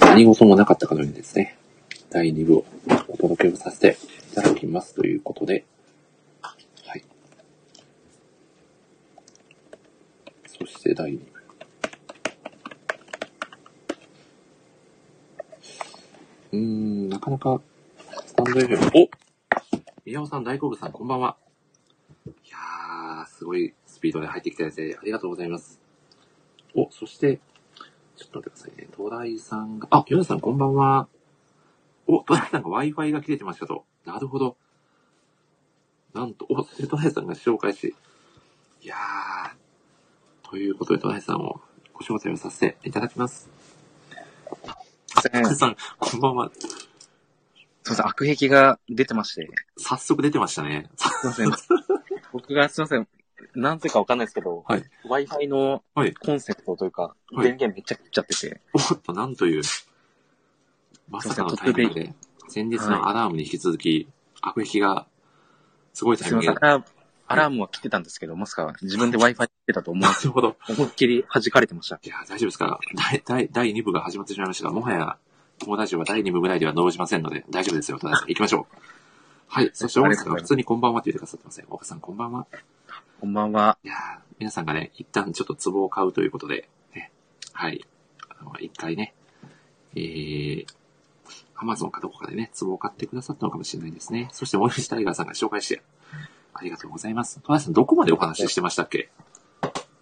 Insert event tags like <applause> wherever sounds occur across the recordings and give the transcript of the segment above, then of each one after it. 何事もなかったかのようにですね、第2部をお届けをさせていただきますということで、はい。そして第2部。うーん、なかなか、スタンド FM、お宮尾さん、大好物さん、こんばんは。いやー、すごいスピードで入ってきたですね。ありがとうございます。お、そして、ちょっと待ってくださいね。トライさんが、あ、ヨネさんこんばんは。お、トライさんが Wi-Fi が切れてましたと。なるほど。なんと、お、そしてトライさんが紹介し、いやー、ということでトライさんをご招待をさせていただきます。すいトラません。すイいさん、こんばんは。ません。悪癖が出てまして。早速出てましたね。すいませ <laughs> ん。僕がすいません。なんていうかわかんないですけど、はい Wi-Fi のはいコンセプトというか、はい電源めっちゃ切っちゃってて、おっと、なんという、まさかのタイミングで、先日のアラームに引き続き、悪癖が、すごいタイすいミンまグせでん。ア。ラームアラームは来てたんですけど、まさか自分で Wi-Fi 切ってたと <laughs> 思なわるほど。ず、思いっきり弾かれてました。いや、大丈夫ですか第第第2部が始まってしまいましたが、もはや、友達は第2部ぐらいでは動じませんので、大丈夫ですよ、友達さん。行きましょう。はい。そして、あ大り岡さんがとうが普ございます通にこんばんはって言ってくださってますね。大岡さん、こんばんは。こんばんは。いやー皆さんがね、一旦ちょっと壺を買うということで、ね、はい。あの、一回ね、えー、アマゾンかどこかでね、壺を買ってくださったのかもしれないですね。そして、森口タイガーさんが紹介して、ありがとうございます。トラさん、どこまでお話ししてましたっけ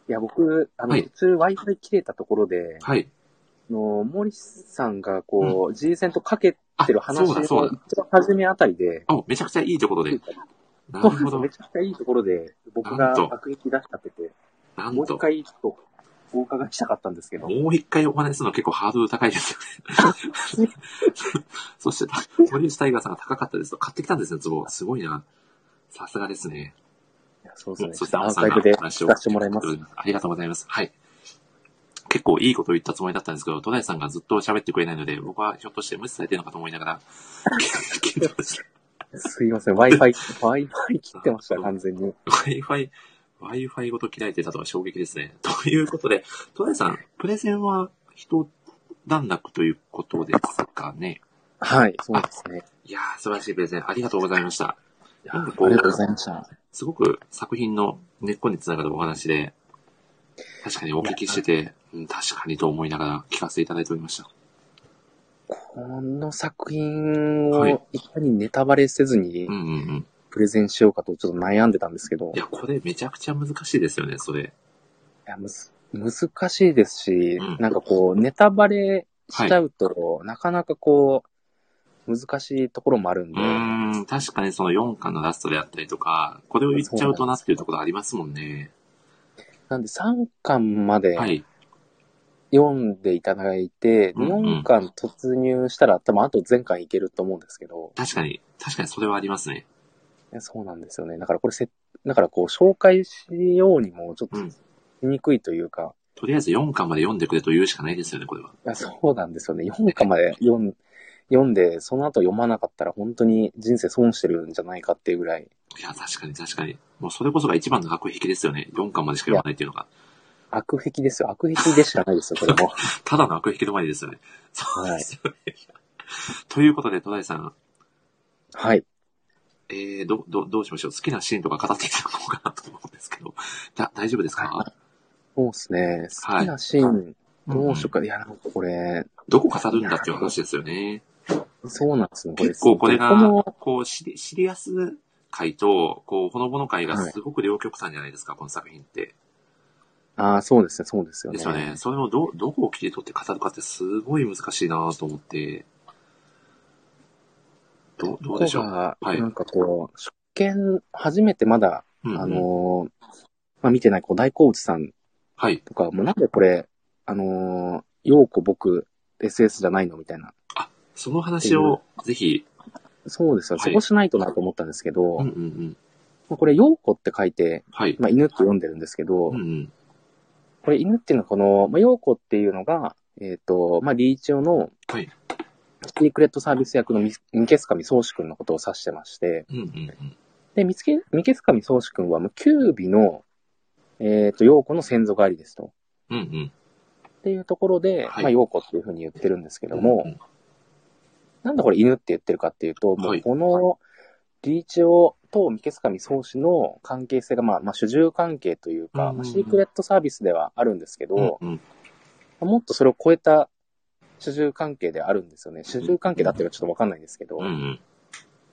いや、僕、あの、はい普通 Wi-Fi 切れたところで、はい。あの、モリスさんがこう、G セントかけてる話そうのだ、一そうだ。番初めあたりで、あ、めちゃくちゃいいところで。なるそうなんでほすよどめ。ちゃくちゃいいところで、僕がなんと悪役出しちゃってて、なんもうと一。回ちょっとお伺いしたかったんですけど、もう一回お話しするの結構ハードル高いですよ <laughs> ね。そして、森内タイガーさんが高かったですと、買ってきたんですよ、ツボ。すごいな。さすがですね。そうですね、ちそょし、ってとアアンーさんカイがブで話聞をかせてもらいま聞いて。すくれてありがとうございます。はい。結構いいことを言ったつもりだったんですけど、トライさんがずっと喋ってくれないので、僕はひょっとして無視されてるのかと思いなが <laughs> ら、聞いてましたすいません、Wi-Fi、Wi-Fi 切ってました、完全に。 Wi-Fi、Wi-Fi ごと切られてたとは衝撃ですね。 <laughs> ということで、トライさん、プレゼンは一段落ということですかね。はい、そうですね。いやー、素晴らしいプレゼン、ありがとうございました。いやなあんりかがこうとうございました。すごく作品の根っこにつながるお話で、確かにお聞きしてて、うん確かにと思いながら聞かせていただいておりました。この作品はいをいかにネタバレせずにうんうんうん。プレゼンしようかとちょっと悩んでたんですけどい、や、これめちゃくちゃ難しいですよね、それ。いやむず難しいですし、うんなんかこう、ネタバレしちゃうと、なかなかこう、難しいところもあるんうで、ーん、確かにその4巻のラストであったりとか、これを言っちゃうとなっていうところありますもんね。なんで3巻まではい。読んでいただいて、うんうん4巻突入したら多分あと全巻いけると思うんですけど、確かに、確かにそれはありますね。いやそうなんですよね。だからこれせ、だからこう、紹介しようにもちょっとうんしにくいというか、とりあえず4巻まで読んでくれと言うしかないですよね、これは。いやそうなんですよね。4巻まで読ん読んで、その後読まなかったら本当に人生損してるんじゃないかっていうぐらい、いや、確かに確かに。もうそれこそが一番の悪癖ですよね。4巻までしか読まないっていうのが。悪癖ですよ。悪癖でしかないですよ、こ <laughs> れも。ただの悪癖の前ですよね。そうはいですよね。ということで、戸田井さん、はい。えー、ど、ど、どうしましょう好きなシーンとか語っていただこうかなと思うんですけど、だ、大丈夫ですかそうですね。好きなシーン、どうしようか。いや、なんかこれ、どこ語るんだっていう話ですよね。そうなんですね。これ結構これがども、こう、シリシリアス回と、こう、ほのぼの回がすごく両極端じゃないですか、この作品って。ああ、そうですね、そうですよでね。すよね。それをど、どこを切り取って語るかってすごい難しいなと思って。ど、どうでしょここうがはいなんかこう、初見、初めてまだ、うんうんあのーまあ、見てない、こう、大好物さんはい。とか、もうなんでこれ、あのー、ようこ僕、SS じゃないのみたいな。その話を、ぜひ、そうですよ。はいそこしないとなと思ったんですけど、うんうんうん。まあこれ、ようこって書いて、はい。まあ、犬って読んでるんですけど、うんうん。これ犬っていうのはこの、まあ、ヨーコっていうのが、えっ、と、まあ、リーチオの、はいシークレットサービス役のミスミケスカミソウシ君のことを指してまして、うんうんうん。で、ミツケミケスカミソウシ君は、もう、キュービの、えっ、と、ヨーコの先祖返りですと。うんうん。っていうところで、はいまあ、陽子っていうふうに言ってるんですけども、うんなんでこれ犬って言ってるかっていうと、もはういこの理事長と三毛塚み宗氏の関係性が、まあ、まあ、主従関係といううんか、うんうまんあ、シークレットサービスではあるんですけど、うんうんまあもっとそれを超えた主従関係であるんですよね。主従関係だっていうのはちょっとわかんないんですけど、うまん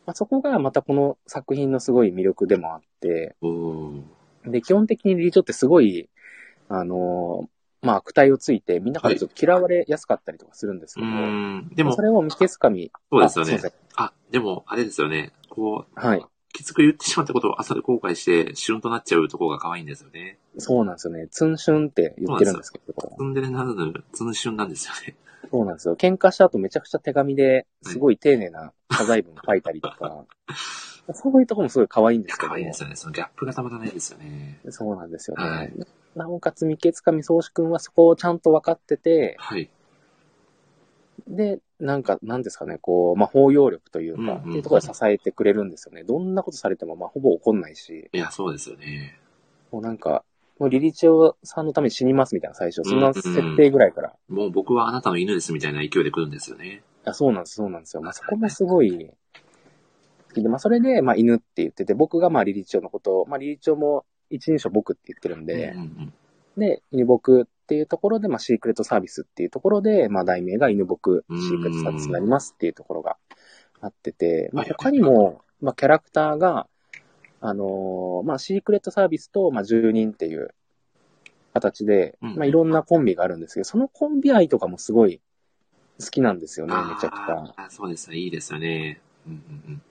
あ、そこがまたこの作品のすごい魅力でもあって、うん。で、基本的に理事長ってすごい、あのーまあ、悪態をついて、みんなからちょっと嫌われやすかったりとかするんですけうど、ん。でもそ、れを三毛塚み、そうですよあねすいま。あ、でも、あれですよね。こう、はい。きつく言ってしまったことを朝で後悔して、シュンとなっちゃうとこが可愛いんですよね。そうなんですよね。ツンシュンって言ってるんですけど、ツンデレならぬ、ツンシュンなんですよね。そうなんですよ。喧嘩した後めちゃくちゃ手紙ですごい丁寧な謝罪文書いたりと <laughs> か、そういうところもすごい可愛いんいでや、すけ可ど、愛いですよね。そのギャップがたまらないですよね。そうなんですよね。はいなおかつ、三毛塚み宗志くんはそこをちゃんと分かってて、はい。で、なんか、なんですかね、こう、まあ、包容力といううんうか、んうんっていうところで支えてくれるんですよね。どんなことされても、まあ、ほぼ怒んないし、いや、そうですよね。もうなんか、もうリリチオさんのために死にますみたいな最初、そんな設定ぐらいから。もう僕はあなたの犬ですみたいな勢いで来るんですよね。あそうなんです、そうなんですよ。まあ、そこもすごい、で、まあ、それで、まあ、犬って言ってて、僕が、まあ、リリチオのことを、まあ、リリチオも一人称僕って言ってるんで、うんうんで、犬僕っていうところで、まあ、シークレットサービスっていうところで、まあ、題名が犬僕シークレットサービスになりますっていうところがあってて、まあ、はいはい他にも、まあ、キャラクターが、あのーまあ、シークレットサービスと、まあ、住人っていう形で、うんまあ、いろんなコンビがあるんですけど、そのコンビ愛とかもすごい好きなんですようん。ね、めちゃくちゃ。あーそうですね。いいですよね。うんうん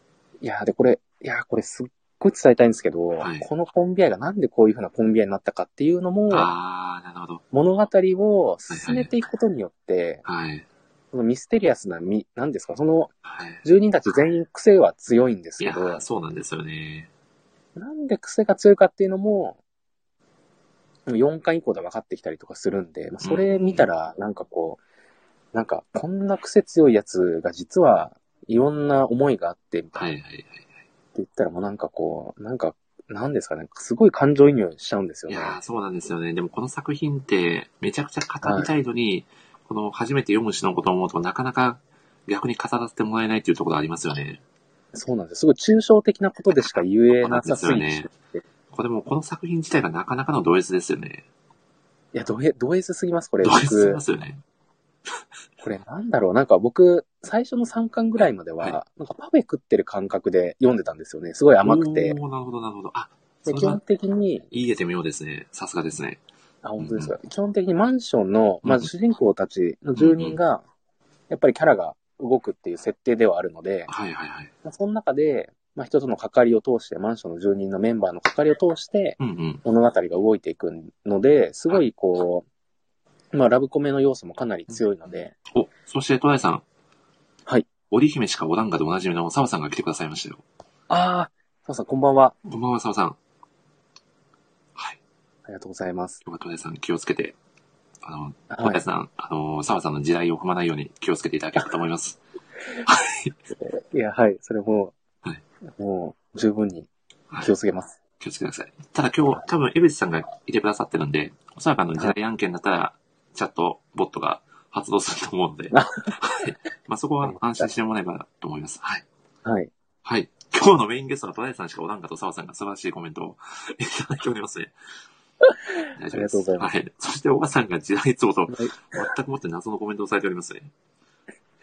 いやーで、これ、いやーこれすっごい伝えたいんですけど、はいこのコンビ愛がなんでこういうふうなコンビ愛になったかっていうのうん。も、ああ、なるほど。物語を進めていくことによって、はい。そのミステリアスなみ、なんですか、そのはい。住人たち全員癖は強いんですいけやー、ど、そうなんですよね。なんで癖が強いかっていうのも、4巻以降で分かってきたりとかするんで、まあそれ見たら、なんかこう、なんかこんな癖強いやつが実はいろんな思いがあって、みたいなはいはいはい。って言ったらもうなんかこう、なんか、なんですかね、すごい感情移入しちゃうんですよいね。やーそうなんですよね。でもこの作品って、めちゃくちゃ語りたいのに、この初めて読む詩のことを思うとなかなか逆に語らせてもらえないっていうところありますよね。そうなんですよ。すごい抽象的なことでしか言えなさすぎそて。うなんですこれもうこの作品自体がなかなかのド S ですよね。いや、ドエ、ド S すぎます、こ <laughs> れ。ド S し僕ま、すよね。これなんだろう。なんか僕、最初の3巻ぐらいまでは、はいなんかパフェ食ってる感覚で読んでたんですよね。すごい甘くて。おーなるほどなるほど。あ、そでれ基本は的に、言い得てみようですね。さすがですね。あ、本当ですか。基本的にマンションの、まうんず主人公たちの住人が、やっぱりキャラが動くっていう設定ではあるので、はいはいはい。まあその中で、まあ、人との関わりを通して、マンションの住人のメンバーの関わりを通して、うんうん。物語が動いていくので、すごいこう、まあ、ラブコメの要素もかなり強いので、お、そしてトライさん。はい。織姫しかおらんがでおなじみの澤さんが来てくださいましたよ。ああ、そうさん、こんばんは。こんばんは、澤さん。はい。ありがとうございます。今日はトライさん気をつけて、あの、小はい林。さん、あのー、澤さんの時代を踏まないように気をつけていただければと思います。いや、はい、それも、はいもう、十分にはい気をつけます。気をつけてください。ただ今日、多分、江口さんがいてくださってるんで、おそらくあの、時代案件だったら、チャット、ボットが発動すると思う <laughs> ので、あはい。まあ、そこは安心してもらえばなと思います。はい。はい。はい。 <laughs> 今日のメインゲストのトライさんしかおらんかと澤さんが素晴らしいコメントをいただいておりますね。大。ありがとうございますはい。そして、小川さんが時代ツボと、はい全くもって謎のコメントをされておりますね。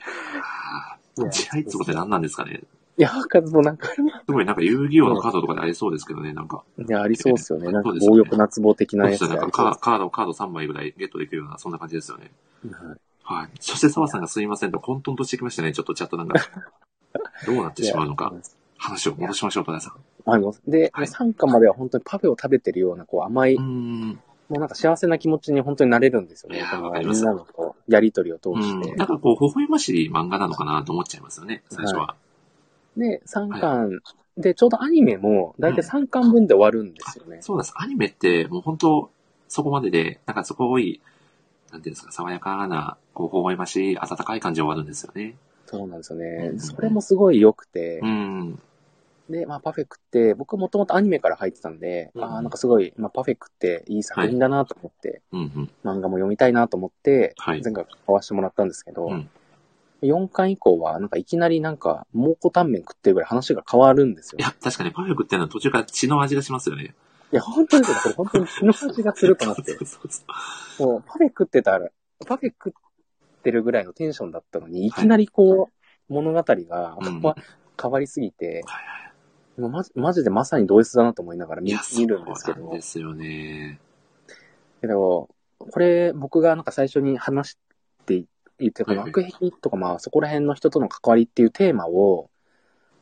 あいーや時代ツボって何なんですかねいや、かずもなんか、すごいなんか遊戯王のカードとかでありそうですけどね、なんか。いや、ありそうですよね。なんかそう、ですよ強ね欲なツボ的そなうでやすつねでなあんりかそうカカード、カード3枚ぐらいゲットできるような、そんな感じですよね。です。はいはい。そして澤さんがすいませんと混沌としてきましたね、ちょっとチャットなんか。どうなってしまうのか。。話を戻しましょう、戸田さん。あの、で、はい3巻までは本当にパフェを食べてるような、こう甘い、うーん。もうなんか幸せな気持ちに本当になれるんですよいねやー。このわかりまみすんなのこうやりとりを通うしてん。。なんかこう、微笑ましい漫画なのかなと思っちゃいますよね、最初は。で、3巻で、ちょうどアニメも、だいたい3巻分で終わるんですよね。そうなんです。アニメって、もう本当そこまでで、なんかそこ多い、なんていうんですか、爽やかな、こう、微笑ましい、温かい感じで終わるんですよね。そうなんですようね。んそれもすごい良くてう、ん。で、まあ、パフェクって、僕もともとアニメから入ってたんで、うんああ、なんかすごい、まあ、パフェクっていい作品だなと思って、うんうん。漫画も読みたいなと思って、はい。前回買わしてもらったんですけど、うん4巻以降は、なんかいきなりなんか、蒙古タンメン食ってるぐらい話が変わるんですよい。や、確かにパフェ食ってるのは途中から血の味がしますよね。いや、本当ですよ。これ本当に血の味がすると思って <laughs> そ。うそうそうもう、パフェ食ってたら、パフェ食ってるぐらいのテンションだったのに、いきなりこう、物語が、うん変わりすぎて、はいはいもうマジマジでまさに同一だなと思いながらい見や、見るんですけそうどなん。ですよね。けど、これ僕がなんか最初に話して言ってこのはい悪癖とかまあそこら辺の人との関わりっていうテーマを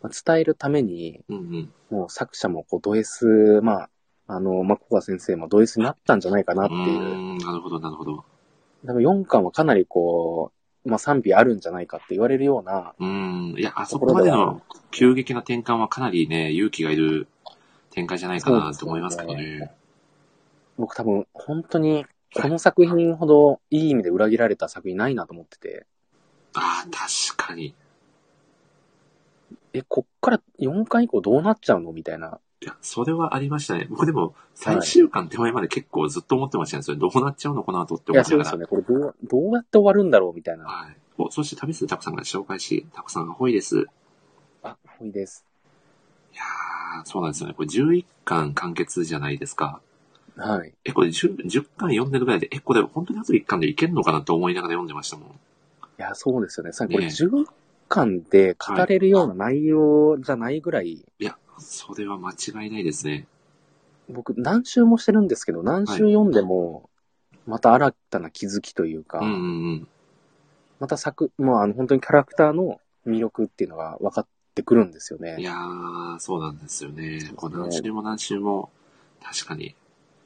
まあ伝えるために、うんうん。もう作者もこうド S、まあ、あの、まあ、小川先生もド S になったんじゃないかなってういう。ーん、なるほど、なるほど。多分4巻はかなりこう、まあ、賛否あるんじゃないかって言われるような、うーん。いや、あそこまでの急激な転換はかなりね、勇気がいる展開じゃないかなと思いますけどね。僕多分本当にこの作品ほどいい意味で裏切られた作品ないなと思ってて、ああ、確かに。え、こっから4巻以降どうなっちゃうのみたいな。いや、それはありましたね。僕でも、最終巻手前まで結構ずっと思ってましたね。それどうなっちゃうのこの後って思いや、いなそうがですら。よね。これどう、どうやって終わるんだろうみたいな。はい。お、そして旅するタコさんが紹介し、タコさんがホイです。いあ、多いです。やー、そうなんですよね。これ11巻完結じゃないですか。はい。え、これ 10, 10巻読んでるぐらいで、え、これ本当にあと1巻でいけんのかなと思いながら読んでましたもん。いや、そうですよね。さねこれ10巻で語れるような内容じゃないぐらい、いや、それは間違いないですね。僕何周もしてるんですけど、何周読んでも、また新たな気づきというか、うんうんうん。また作、まあ、あの、本当にキャラクターの魅力っていうのが分かってくるんですよいね。やー、そうなんですよね。こうそう何ですね週も何週も、確かに。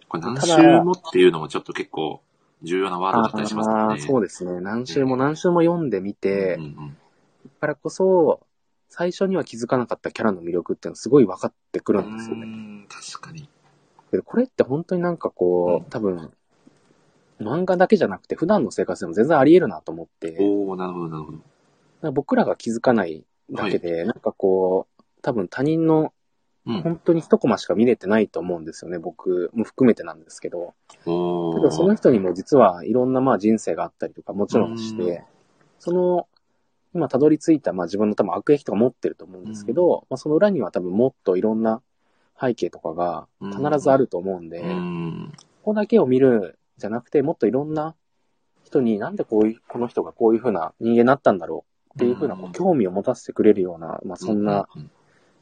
これただ何週もっていうのもちょっと結構重要なワードだあったりしますもんあね。ー、そうですね。何周も何周も読んでみて、うんうんだからこそ、最初には気づかなかったキャラの魅力っていうのすごい分かってくうるんですよね。ん、確かに。けどこれって本当になんかこうう、多分、漫画だけじゃなくて普段の生活でも全然あり得るなと思って、おおなるほど、なるほど。なんか僕らが気づかないだけで、なんかこう、多分他人のうん。本当に一コマしか見れてないと思うんですよね、僕も含めてなんですけど。おけどそのー人にも実はいろんなまあ人生があったりとかもちろんしうんて、その、今たどり着いたまあ自分の多分悪役とか持ってると思うんですけど、まあその裏には多分もっといろんな背景とかが必ずあると思うんで、うん。ここだけを見るじゃなくて、もっといろんな人になんでこういう、この人がこういうふうな人間になったんだろうっていうふうなこうんう興味を持たせてくれるような、まあそんなうん。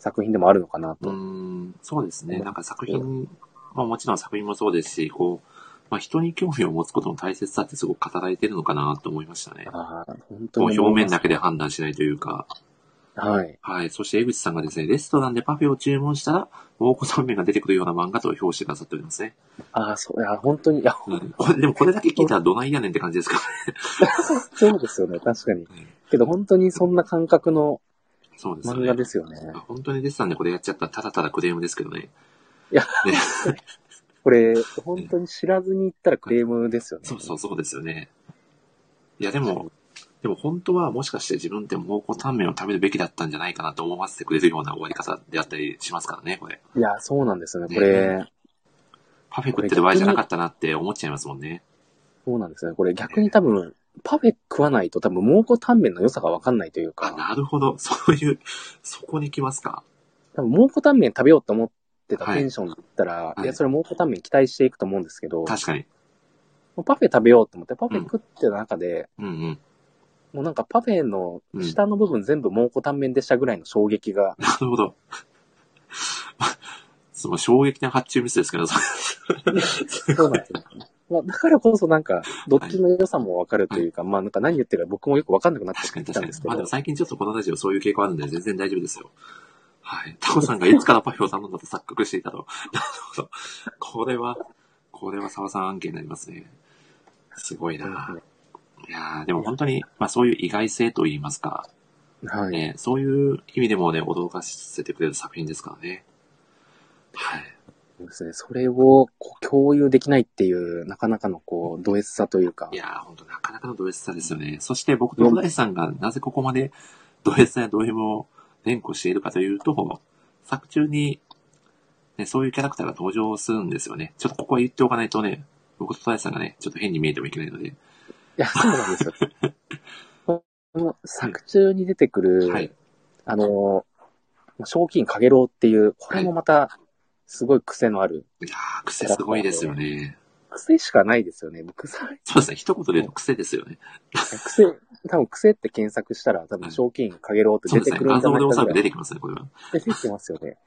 作品でもあるのかなうと。ん、そうですね。なんか作品、まあもちろん作品もそうですし、こう、まあ人に興味を持つことの大切さってすごく語られてるのかなと思いましたね。ああ、本当こにう思表い面ますだけで判断しないというか。はい。はい。そして江口さんがですね、レストランでパフェを注文したら、蒙古タンメンが出てくるような漫画と表してくださっておりますね。ああ、そう、いや、本当に、いや、うんこれでもこれだけ聞いたらどないやねんって感じですか <laughs> そうですよね、確かにん。けど本当にそんな感覚のそうですよ漫ね。画ですよね。本当にレストランでこれやっちゃったらただただクレームですけどね。いやね、これ、本当に知らずに行ったらクレームですよね。そうそうそうですよね。いやでも、でも本当はもしかして自分って蒙古タンメンを食べるべきだったんじゃないかなと思わせてくれるような終わり方であったりしますからね、これ。いや、そうなんですよね。こねれ、パフェ食ってる場合じゃなかったなって思っちゃいますもんね。そうなんですよね。これ逆に多分、パフェ食わないと多分、蒙古タンメンの良さがわかんないというあ、か、なるほど。そういう、そこに来ますか。多分、蒙古タンメン食べようと思ってたテンションだったら、いい、はいや、それ蒙古タンメン期待していくと思うんですけど、確かに。もうパフェ食べようと思って、パフェ食ってる中で、うんうん。もうなんかパフェの下の部分全部蒙古タンメンでしたぐらいの衝撃が、なるほど。 <laughs> その衝撃な発注ミスですけど、それそうなんですよ。まあ、だからこそなんか、どっちの良さもわかるというか、まあなんか何言ってるか僕もよくわかんなくなって確かに確きたかにんです。けまあでども、最近ちょっとこのラジオそういう傾向あるんで全然大丈夫ですよ。 <laughs> はい。タコさんがいつからパフェを頼んだと錯覚していたと。 <laughs> なるほど。これは、これは沢さん案件になりますね。すごいな。いやーでも本当に、まあそういう意外性といいますか、はい。ね、そういう意味でもね、驚かせてくれる作品ですからね。はい。そうですね。それをこう共有できないっていう、なかなかのこう、ド S さというかい、やー、ほんとなかなかのド S さですよね。そして僕と小林さんがなぜここまでド S やド M を連呼しているかというと、作中に、ね、そういうキャラクターが登場するんですよね。ちょっとここは言っておかないとね、僕と大地さんがね、ちょっと変に見えてもいけないので。いや、そうな <laughs> んですよ。この作中に出てくる、はい。あの、賞金かげろうっていう、これもまた、すごい癖のある、いやー、癖すごいですよね。癖しかないですよね。僕さ、そうですね。一言で言うと癖ですよね。癖、多分癖って検索したら、多は分い賞金かげろうってそう出ですね。てくる画んじゃ像ないでおかそらなく出てきますね、これは。出てきますよね。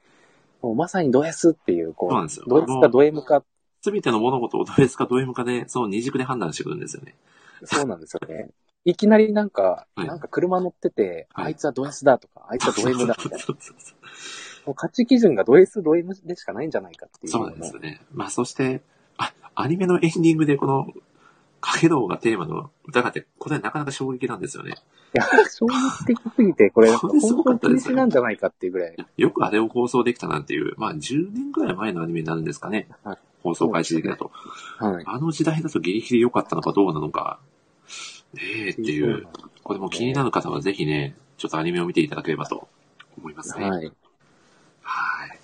もうまさにド S っていう、こそうなんですよう、ド S かド M か、すべての物事をド S かド M かで、その二軸で判断してくるんですよね。そうなんですよね。いきなりなんか、はいなんか車乗ってて、はいあいつはド S だとか、あいつはド M だみた <laughs> いな。そうそうそうもう価値基準がド S、ド M でしかないんじゃないかっていうそのうも。なんですよね。まあ、そして、あ、アニメのエンディングでこの、かけろうがテーマの歌があって、これなかなか衝撃なんですよね。いや、衝撃的すぎて、これ、これす本ごか当っにた禁ですね止なんじゃないかっていうぐらい。よくあれを放送できたなんていう、まあ、10年ぐらい前のアニメになるんですかねはい。放送開始時期だと。はい。あの時代だとギリギリ良かったのかどうなのか、ねえっていう、これも気になる方はぜひね、ちょっとアニメを見ていただければと思いますね。はい。っはい。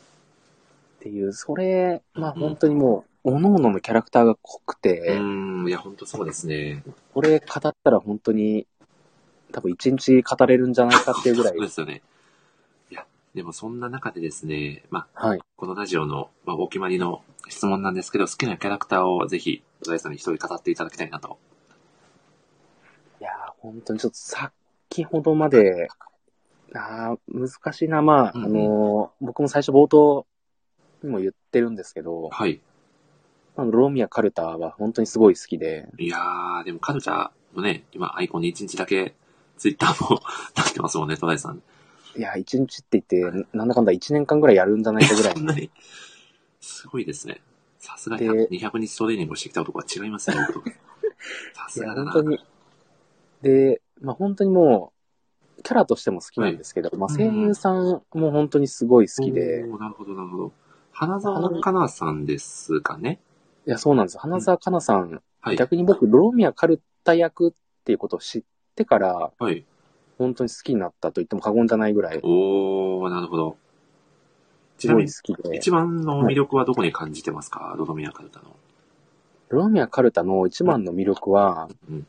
ていう、それ、まあうん本当にもう、各々のキャラクターが濃くうて、ーん、いや、本当そうですね。これ語ったら本当に、多分一日語れるんじゃないかっていうぐらいそう。ですよね。いや、でもそんな中でですね、まあ、はい。このラジオの、まあ、お決まりの質問なんですけど、好きなキャラクターをぜひ、戸田さんに一人語っていただきたいなと。いやー本当にちょっとさっきほどまで、あー難しいな。まあ、うんうんあのー僕も最初冒頭にも言ってるんですけど、はい。あのロミア・カルタは本当にすごい好きで、いやー、でもカルチャーのね、今アイコンに一日だけ、ツイッターも <laughs> なってますもんね、戸田さん。いやー、一日って言って、なんだかんだ一年間ぐらいやるんじゃないかぐらいそんなに、すごいですね。さすがにで200日トレーニングをしてきた男は違いますね、 <laughs> 僕とさいすや、がだ本な。当に。で、まあ本当にもう、キャラとしても好きなんですけど、まあ声優さんも本当にすごい好きで、いおーなるほど、なるほど。花澤香菜さんですかね。や、そうなんです。花澤香菜さん、はい。逆に僕、ロミア・カルタ役っていうことを知ってから、はい。本当に好きになったと言っても過言じゃないぐらい、おー、なるほど。ちすなごみいに、好きで、一番の魅力はどこに感じてますか、ロドミアカルタの。ロミア・カルタの一番の魅力は、うん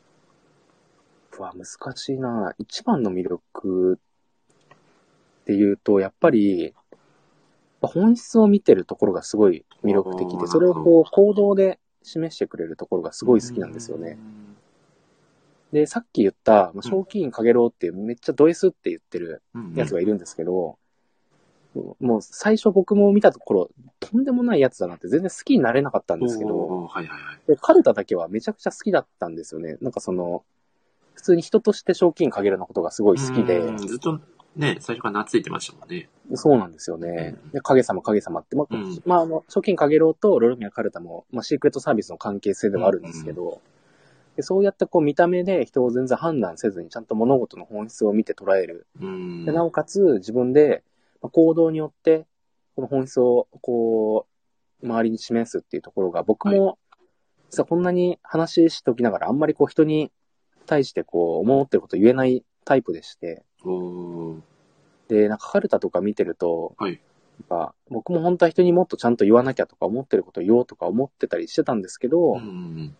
うわ、難しいな一番の魅力っていうと、やっぱり、本質を見てるところがすごい魅力的おーで、それをなるほこう行動で示してくれるところがすごい好きなんですよね。。で、さっき言った、まあ、賞金かげろうっていうめっちゃド S って言ってるうんうん。やつがいるんですけど、もう最初僕も見たところ、とんでもないやつだなって全然好きになれなかったんですけど、おーはいはいはい。で、カルタだけはめちゃくちゃ好きだったんですよね。なんかその、普通に人として賞金かげるのことがすごい好きで、うんずっとね、最初から懐いてましたもんね。そうなんですよね。で、影様影様って、まあ、うんまあ、あの、賞金かげろうとロロミアカルタも、まあ、シークレットサービスの関係性ではあるんですけど、でそうやってこう見た目で人を全然判断せずにちゃんと物事の本質を見て捉える。うん。でなおかつ自分でまあ行動によってこの本質をこう周りに示すっていうところが僕も実はこんなに話しときながらあんまりこう人に対してこう思ってること言えないタイプでしておーでなんかカルタとか見てると、はいなんか僕も本当は人にもっとちゃんと言わなきゃとか思ってること言おうとか思ってたりしてたんですけど、うん。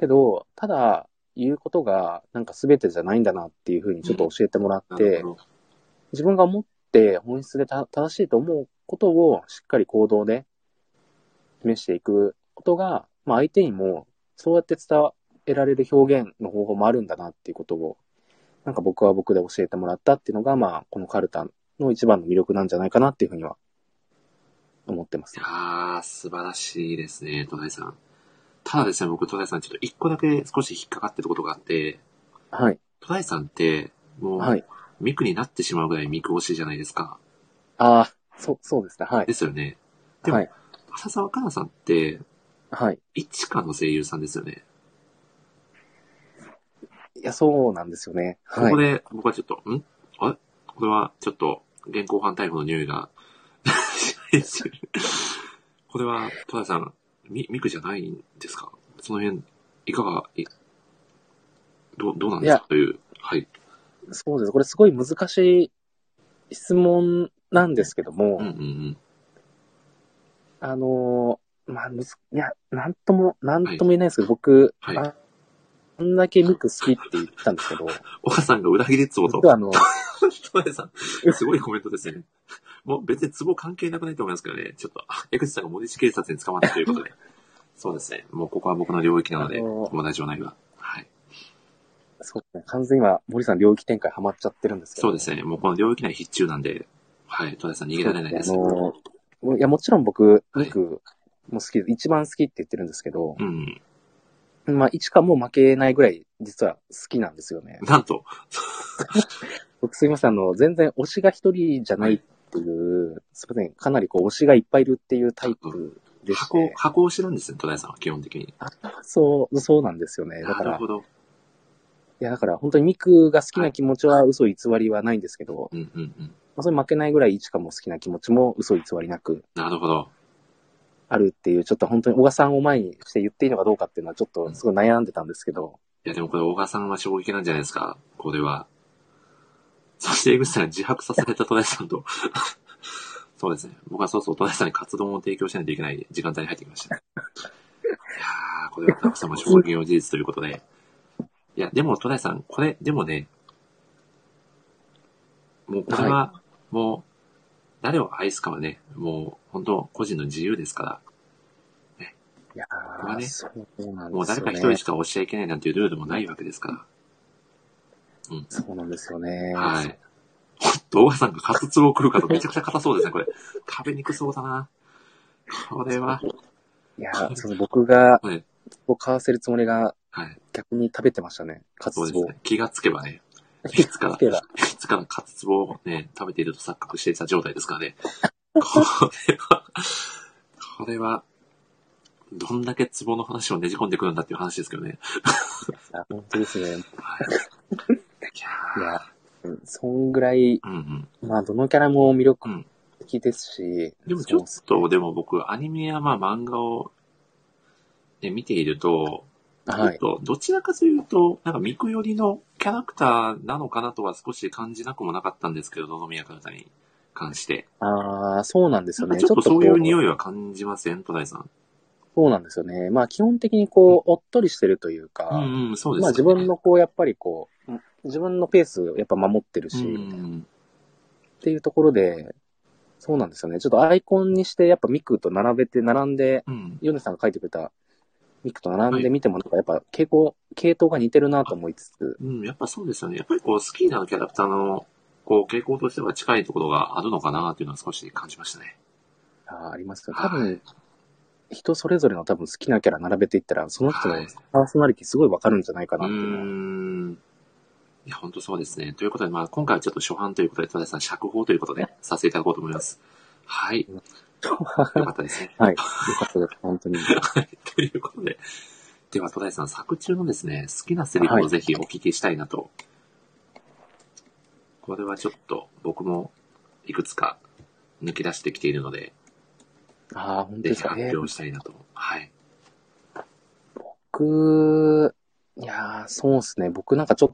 けどただ言うことがなんか全てじゃないんだなっていうふうにちょっと教えてもらっなて、るほど。自分が思って本質でた正しいと思うことをしっかり行動で示していくことが、まあ、相手にもそうやって伝えられる表現の方法もあるんだなっていうことを、なんか僕は僕で教えてもらったっていうのが、まあ、このカルタの一番の魅力なんじゃないかなっていうふうには思ってますいや。ー、素晴らしいですね、戸田さん。ただですね、僕、戸田さん、ちょっと一個だけ少し引っかかってることがあって、はい。戸田さんって、もはう、い。ミクになってしまうぐらいミク推しじゃないですか。ああ、そう、そうですね。はいで。すよね。でもはい。浅沢香菜さんって、はい。一花の声優さんですよね。いや、そうなんですよね。はここい。で、僕はちょっと、んあれこれは、ちょっと、現行犯逮捕の匂いが、 <laughs> これは、戸田さん、ミミクじゃないんですかその辺、いかが、いどう、どうなんですいかという。はい。そうです。これすごい難しい質問なんですけども、うんうんあのーまあ、むず、いや、なんとも、なんとも言えないですけど、僕、はいああんだけミク好きって言ったんですけど、岡さんが裏切りツボと実。はあの、トライさん、すごいコメントですね。もう別にツボ関係なくないと思いますけどね。ちょっと、あ江口さんが森市警察に捕まったということで。そうですね。もうここは僕の領域なので、あの友達はないわ。はい。そうですね、完全に今、森さん領域展開ハマっちゃってるんですけど、そうですね。もうこの領域内必中なんで、はい。トライさん逃げられないです。あのうもういや、もちろん僕、はいミクも好き、一番好きって言ってるんですけど、ん。まあ、一かもう負けないぐらい、実は好きなんですよね。なんと、僕すいません、あの、全然推しが一人じゃないっていう、すいません、かなりこう推しがいっぱいいるっていうタイプでし箱を、て、箱をしてるんですね、トライさんは基本的に。そう、そうなんですよね。だなからる、ほど。いや、だから本当にミクが好きな気持ちは嘘偽りはないんですけど、うんうんうん。まあ、それ負けないぐらいイチカも好きな気持ちも嘘偽りなくなるほど。あるっていう、ちょっと本当に小賀さんを前にして言っていいのかどうかっていうのはちょっとすごい悩んでたんですけど、いや、でもこれ、大川さんは衝撃なんじゃないですかこれは。そして、江口さんが自白させられた戸田さんと。 <laughs> そうですね。僕はそうそう、戸田さんに活動を提供しないといけない時間帯に入ってきました。いやー、これは田中さんも衝撃の事実ということで。いや、でも、戸田さん、これ、でもね、もう、これは、もう、誰を愛すかはね、もう、本当個人の自由ですから、いやこれはー、ねそうなんもう誰ですかよ一ね。人しか教えちゃいけないなんていうルールもないわけですから。うん。そうなんですよね。はい。動画さんがカツツボ来るかとめちゃくちゃ硬そうですね、これ。食べにくそうだな。これは。いやー、その僕が、はい。を買わせるつもりがはい。逆に食べてましたね。カツそうツですボ。ね。気がつけばね、いつからつけばいつからカツツボをね、食べていると錯覚していた状態ですからね。これは、これは、どんだけツボの話をねじ込んでくるんだっていう話ですけどね。あ本当ですね。はい。いやいや、うんそんぐらい、ーうんうん。まあ、どのキャラも魅力的ですし、でもちょっそうと、でも僕、アニメやまあ漫画を、ね、見ていると、はいちょっとどちらかというと、なんかミク寄りのキャラクターなのかなとは少し感じなくもなかったんですけど、野々宮かなたに関して。ああ、そうなんですなよんかね。ちょっとそういう匂い。いは感じません、戸田井さん。そうなんですよね。まあ基本的にこう、おっとりしてるというか、うんうん、そうです、ね。まあ自分のこう、やっぱりこう、自分のペースをやっぱ守ってるうし、んうっんていうところで、そうなんですよね。ちょっとアイコンにして、やっぱミクと並べて、並んで、うん、うん。ヨネさんが書いてくれたミクと並んはでみても、なんかやっぱ傾向、系統が似てるなと思いつつ、うん、やっぱそうですよね。やっぱりこう、好きなキャラクターの、こう、傾向としては近いところがあるのかなっていうのは少し感じましたね。あーありますよ。は多い分、人それぞれの多分好きなキャラ並べていったら、その人のはいパーソナリティすごいわかるんじゃないかなっうていうのはーん。いや、本当そうですね。ということで、まあ、今回はちょっと初版ということで、戸田さん、釈放ということで、させていただこうと思います。はい。よかったです <laughs> ね。はい。よかったです。本当に。はい。ということで、では、戸田さん、作中のですね、好きなセリフをぜひお聞きしたいなと。これはちょっと、僕も、いくつか、抜き出してきているので、 <laughs> ああ、本ぜ当でひすか。え発ー表したいなと。はい。僕、いやーそうですね。僕なんかちょっう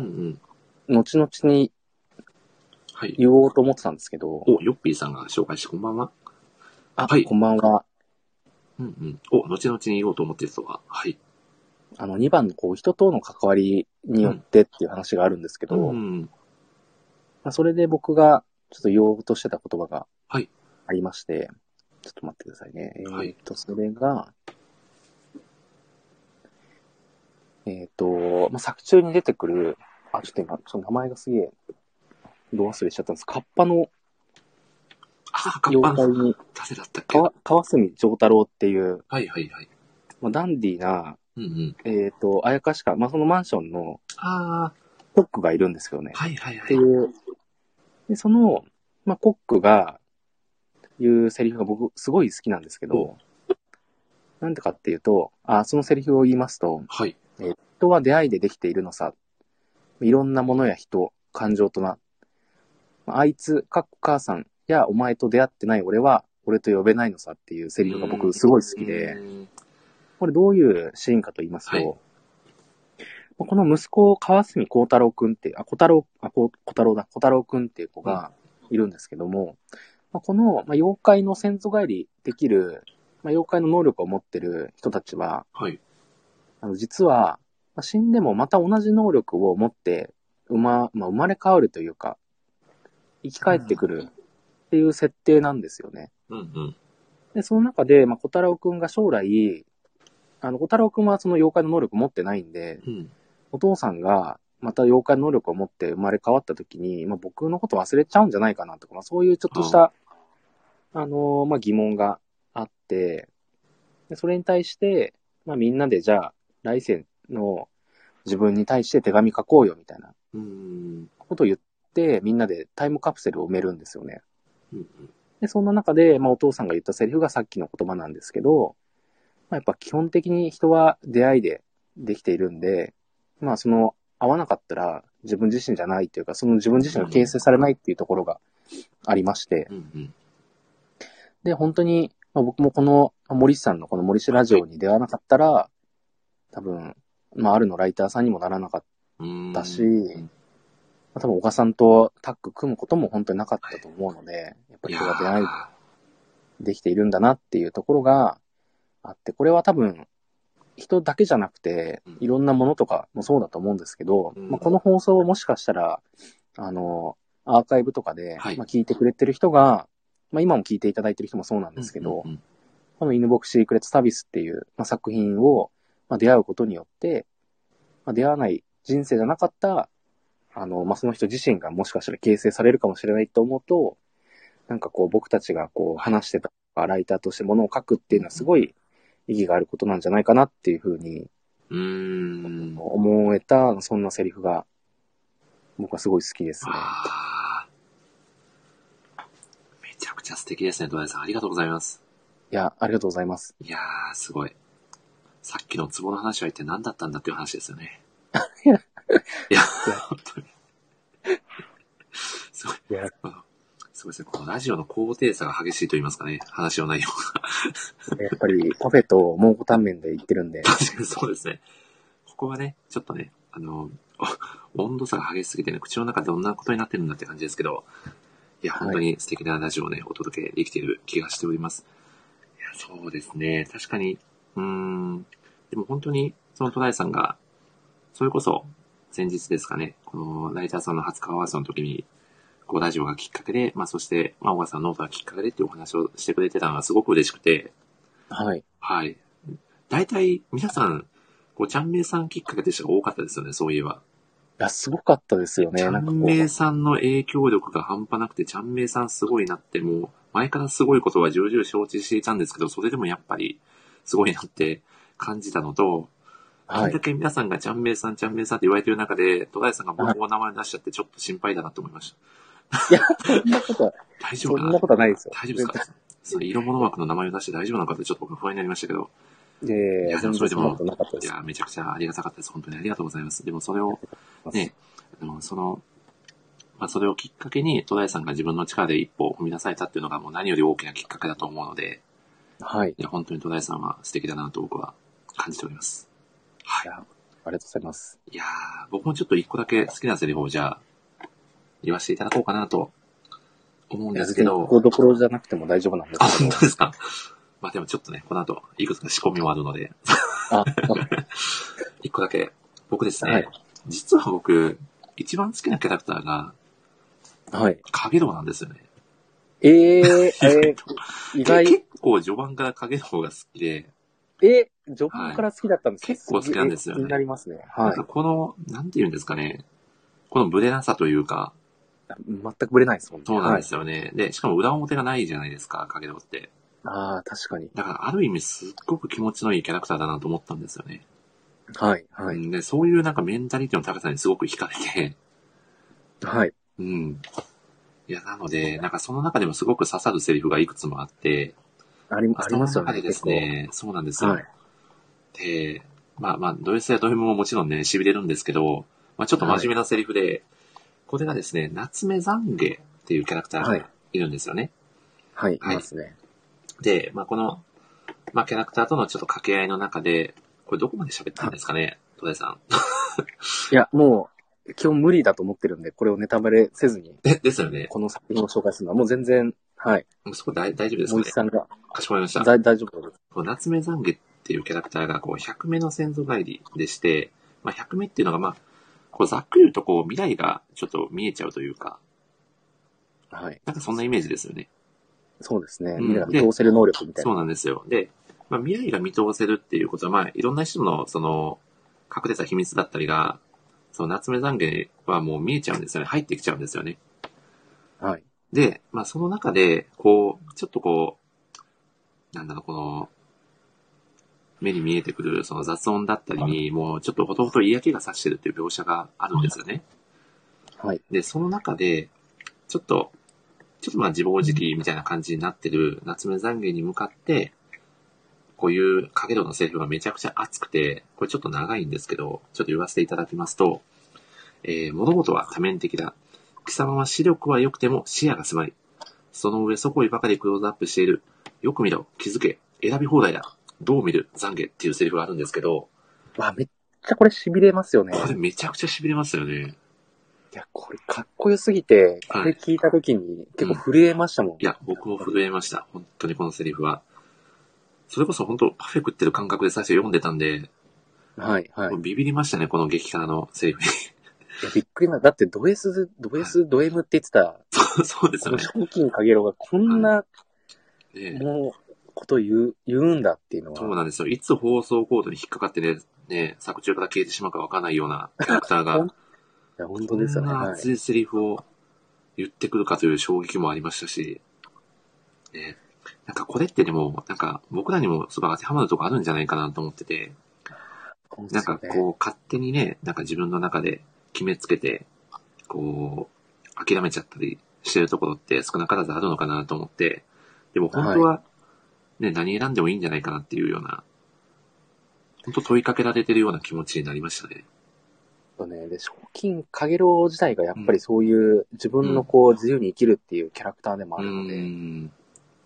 んうと、ん。後々にはい。言おうと思ってたんですけど、お、ヨッピーさんが紹介して、こんばんは。あ、はいこんばんは。うんうん。お、後々に言おうと思っている人が。はい。あの、2番のこう、人との関わりによってっていう話があるんですけど、うまん。あ、それで僕がちょっと言おうとしてた言葉がはあいりまして、ちょっと待ってくださいね。えはいーっと、それが、えーっと、まあ、作中に出てくる、あ、ちょっと今、その名前がすげえ、どう忘れしちゃったんです。カッパのああ、カッ妖パの怪に、誰だったっけ川川澄丈太郎っていう、はいはいはい。まあ、ダンディーな、うんうん。えっ、と、あやかしか、まあ、そのマンションのああ、コックがいるんですけどね。はいはいはっていい。う。で、その、まあ、コックが、いうセリフが僕、すごい好きなんですけど、なんでかっていうと、あ、そのセリフを言いますと、はい。人は出会いでできているのさ。いろんなものや人、感情とな。あいつ、かっこ母さんやお前と出会ってない俺は、俺と呼べないのさっていうセリフが僕、すごい好きで、うんこれどういうシーンかと言いますと、はいこの息子、川澄幸太郎くんって、あ、小太郎、あ、こ小太郎だ、小太郎くんっていう子が、いるんですけども、まあ、この、まあ、妖怪の先祖返りできる、まあ、妖怪の能力を持ってる人たちは、はい。あの実は、まあ、死んでもまた同じ能力を持って生ま,、まあ、生まれ変わるというか、生き返ってくるっていう設定なんですよね。うんうん。で、その中で、まあ、小太郎くんが将来、あの、小太郎くんはその妖怪の能力持ってないんで、うん。お父さんがまた妖怪の能力を持って生まれ変わった時に、まあ、僕のこと忘れちゃうんじゃないかなとか、まあ、そういうちょっとした、あのーまあ、疑問があって、でそれに対して、まあ、みんなでじゃあ、来世の自分に対して手紙書こうよみたいなうんうん。ことを言って、みんなでタイムカプセルを埋めるんですよね。うんうん。で、そんな中で、まあ、お父さんが言ったセリフがさっきの言葉なんですけど、まあ、やっぱ基本的に人は出会いでできているんで、まあ、その、合わなかったら自分自身じゃないというか、その自分自身が形成されないっていうところがありまして、うんうん。で、本当に、まあ、僕もこの森氏さんのこの森氏ラジオに出会わなかったら、多分、まあ、あるのライターさんにもならなかっうーんだしうんた、多分、岡さんとタッグ組むことも本当になかったと思うので、やっぱり人が出会いでできているんだなっていうところがあって、これは多分、人だけじゃなくてうん、いろんなものとかもそうだと思うんですけど、うんまあ、この放送をもしかしたら、あの、アーカイブとかで、はいまあ、聞いてくれてる人が、まあ、今も聞いていただいてる人もそうなんですけど、うんうんこの犬ボクシークレットサービスっていう、まあ、作品を、まあ、出会うことによって、まあ、出会わない人生じゃなかった、あの、まあ、その人自身がもしかしたら形成されるかもしれないと思うと、なんかこう僕たちがこう話してたライターとしてものを書くっていうのはすごい意義があることなんじゃないかなっていうふうにうんうーん。思えた、そんなセリフが僕はすごい好きですね。あーめちゃくちゃ素敵ですね、ドライさん。ありがとうございます。いや、ありがとうございます。いやー、すごい。さっきのツボの話は一体何だったんだっていう話ですよね。 <laughs> いやいや、本当に。すごい。いやすごいですね。このラジオの高低差が激しいと言いますかね。話の内容が。やっぱりパフェと蒙古タンメンで言ってるんで、確かに <laughs> そうですね。ここはね、ちょっとね、あの、 <laughs> お温度差が激しすぎてね、口の中どんなことになってるんだって感じですけど、いや、はい本当に素敵なラジオをね、お届けできている気がしております。いや、そうですね。確かに、うーん。でも本当に、そのトライさんが、それこそ、先日ですかね、このライターさんの初顔合わせの時に、こう、ラジオがきっかけで、まあ、そして、まあ、小川さんのノートがきっかけでっていうお話をしてくれてたのがすごく嬉しくて、はい。はい。大体、皆さん、こう、ちゃんめいさんきっかけでしたが多かったですよね、そういえば。いや、すごかったですよね。ちゃなんかこんめいさんの影響力が半端なくて、ちゃんめいさんすごいなって、もう、前からすごいことは重々承知していたんですけど、それでもやっぱり、すごいなって感じたのと、う、あはれだい。け皆さんがちゃんめいさん、ちゃんめいさんって言われてる中で、戸田井さんが僕の名前出しちゃって、ちょっと心配だなと思いました。いや、そんなことは、大丈そ夫かんなことはないですよ。大丈夫ですかその色物枠の名前を出して大丈夫なのかってちょっと僕不安になりましたけど、全然いやいいやや、で全も然そんなことなかったいです。や、めちゃくちゃありがたかったです。本当にありがとうございます。でもそれを、ね、あの、その、まあ、それをきっかけに、戸田井さんが自分の力で一歩を踏み出されたっていうのがもう何より大きなきっかけだと思うので、はい。いや、本当に戸田井さんは素敵だなと僕は感じております。はいいや。ありがとうございます。いやー、僕もちょっと一個だけ好きなセリフをじゃあ、言わせていただこうかなと思うんいでや、す別けにどこ、こどころじゃなくても大丈夫なんであ、すけ本ど当。ですかまあでもちょっとね、この後、いくつか仕込みもあるので、あ、一個だけ、僕ですね、はい実は僕、一番好きなキャラクターが、あはい。影道なんですよね。 <laughs> えー、えー、意外、結構序盤から影道が好きで、え、ジョブから好きだったんですはかい結構好きなんですよねげえ気になりますね。なはんいか。この、なんて言うんですかね、このブレなさというか、全くブレないですもんね。そうなんですよね。で、しかも裏表がないじゃないですか、影道って。はい。ああ、確かに。だからある意味すっごく気持ちのいいキャラクターだなと思ったんですよね。はい、はうい、んで、そういうなんかメンタリティの高さにすごく惹かれて、はい。うん。いや、なので、なんかその中でもすごく刺さるセリフがいくつもあって、ありありますそのよ中ね。でですね、そうなんです結構。よ。はい。で、まあまあ、ド S やド M ももちろんね、痺れるんですけど、まあちょっと真面目なセリフで、これがですね、夏目懺悔っていうキャラクターはいがいるんですよね。はい、いはいますね。で、まあこの、まあキャラクターとのちょっと掛け合いの中で、これどこまで喋ったんですかね、戸田さん。いや、も基本無理だと思ってるんで、これをネタバレせずに、で、ですよね。この作品を紹介するのはもう全然、はい。そこ大大丈夫ですか森ね木さんが、かしこまりました。だ大丈夫です。こう夏目懺悔っていうキャラクターが、こう、100目の先祖返りでして、まあ、100目っていうのが、まあ、こう、ざっくり言うと、こう、未来がちょっと見えちゃうというか、はい。なんかそんなイメージですよね。そうですね。うん未来が見通せる能力みたいそな。うなんですよ。で、まあ、未来が見通せるっていうことは、まあ、いろんな人の、その、隠れた秘密だったりが、その夏目懺悔はもう見えちゃうんですよね。入ってきちゃうんですよね。はい。で、まあ、その中で、こう、ちょっとこう、なんだろう、この、目に見えてくるその雑音だったりに、もうちょっとほとほと嫌気がさしてるっていう描写があるんですよね。はい。で、その中で、ちょっと、ちょっとまあ自暴自棄みたいな感じになってる夏目懺悔に向かって、こういう影戸のセリフがめちゃくちゃ熱くて、これちょっと長いんですけど、ちょっと言わせていただきますと、えー物事は多面的だ。貴様は視力は良くても視野が狭い。その上、そこいばかりクローズアップしている。よく見ろ、気づけ、選び放題だ。どう見る、懺悔っていうセリフがあるんですけど、わ、めっちゃこれ痺れますよね。これめちゃくちゃ痺れますよね。いや、これかっこよすぎて、はいこれ聞いた時に結構震えましたもん。いや、僕も震えました。本当にこのセリフは。それこそ本当パフェ食ってる感覚で最初読んでたんで、はい、はいもう。ビビりましたね、この激辛のセリフに。 <laughs> いやびっくりな。だってド S、ド S、ド M って言ってた、そうそうですこよのね。賞金かげろうがこんな、ねもう、こと言う、言うんだっていうのそうは、なんですよ。いつ放送コードに引っかかってね、ね、作中から消えてしまうかわからないようなキャラクターが、 <laughs> 本いや、本当ですよね。こんなはい。熱いセリフを言ってくるかという衝撃もありましたし、ね、なんかこれってでも、なんか僕らにもすごい当てはまるとこあるんじゃないかなと思ってて、本当でなんすよかねこう、勝手にね、なんか自分の中で決めつけて、こう、諦めちゃったりしてるところって少なからずあるのかなと思って、でも本当は、ね、何選んでもいいんじゃないかなっていうような、本当問いかけられてるような気持ちになりましたね。そうね。で、賞金かげろう自体がやっぱりそういう自分のこう、自由に生きるっていうキャラクターでもあうるので、ん。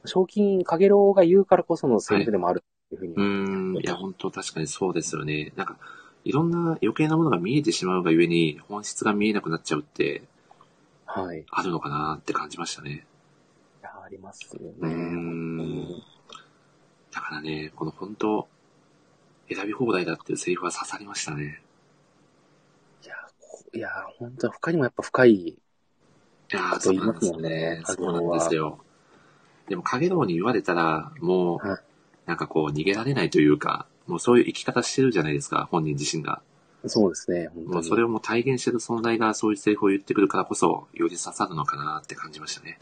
賞金かげろうが言うからこそのセリフでもあるっていうふうに、うん。いや、本当確かにそうですよね。なんか、いろんな余計なものが見えてしまうがゆえに、本質が見えなくなっちゃうって、はい。いあるのかなって感じましたね。やありますよね。うーんだからね、この本当、選び放題だっていうセリフは刺さりましたね。いや、こいや、本当は他にもやっぱ深い、いやーことそう言いなんまですすもんねそうなんですよ。でも、影道に言われたら、もう、はいなんかこう、逃げられないというか、もうそういう生き方してるじゃないですか、本人自身が。そうですね、本当もうに。それをもう体現してる存在がそういうセリフを言ってくるからこそ、より刺さるのかなって感じましたね。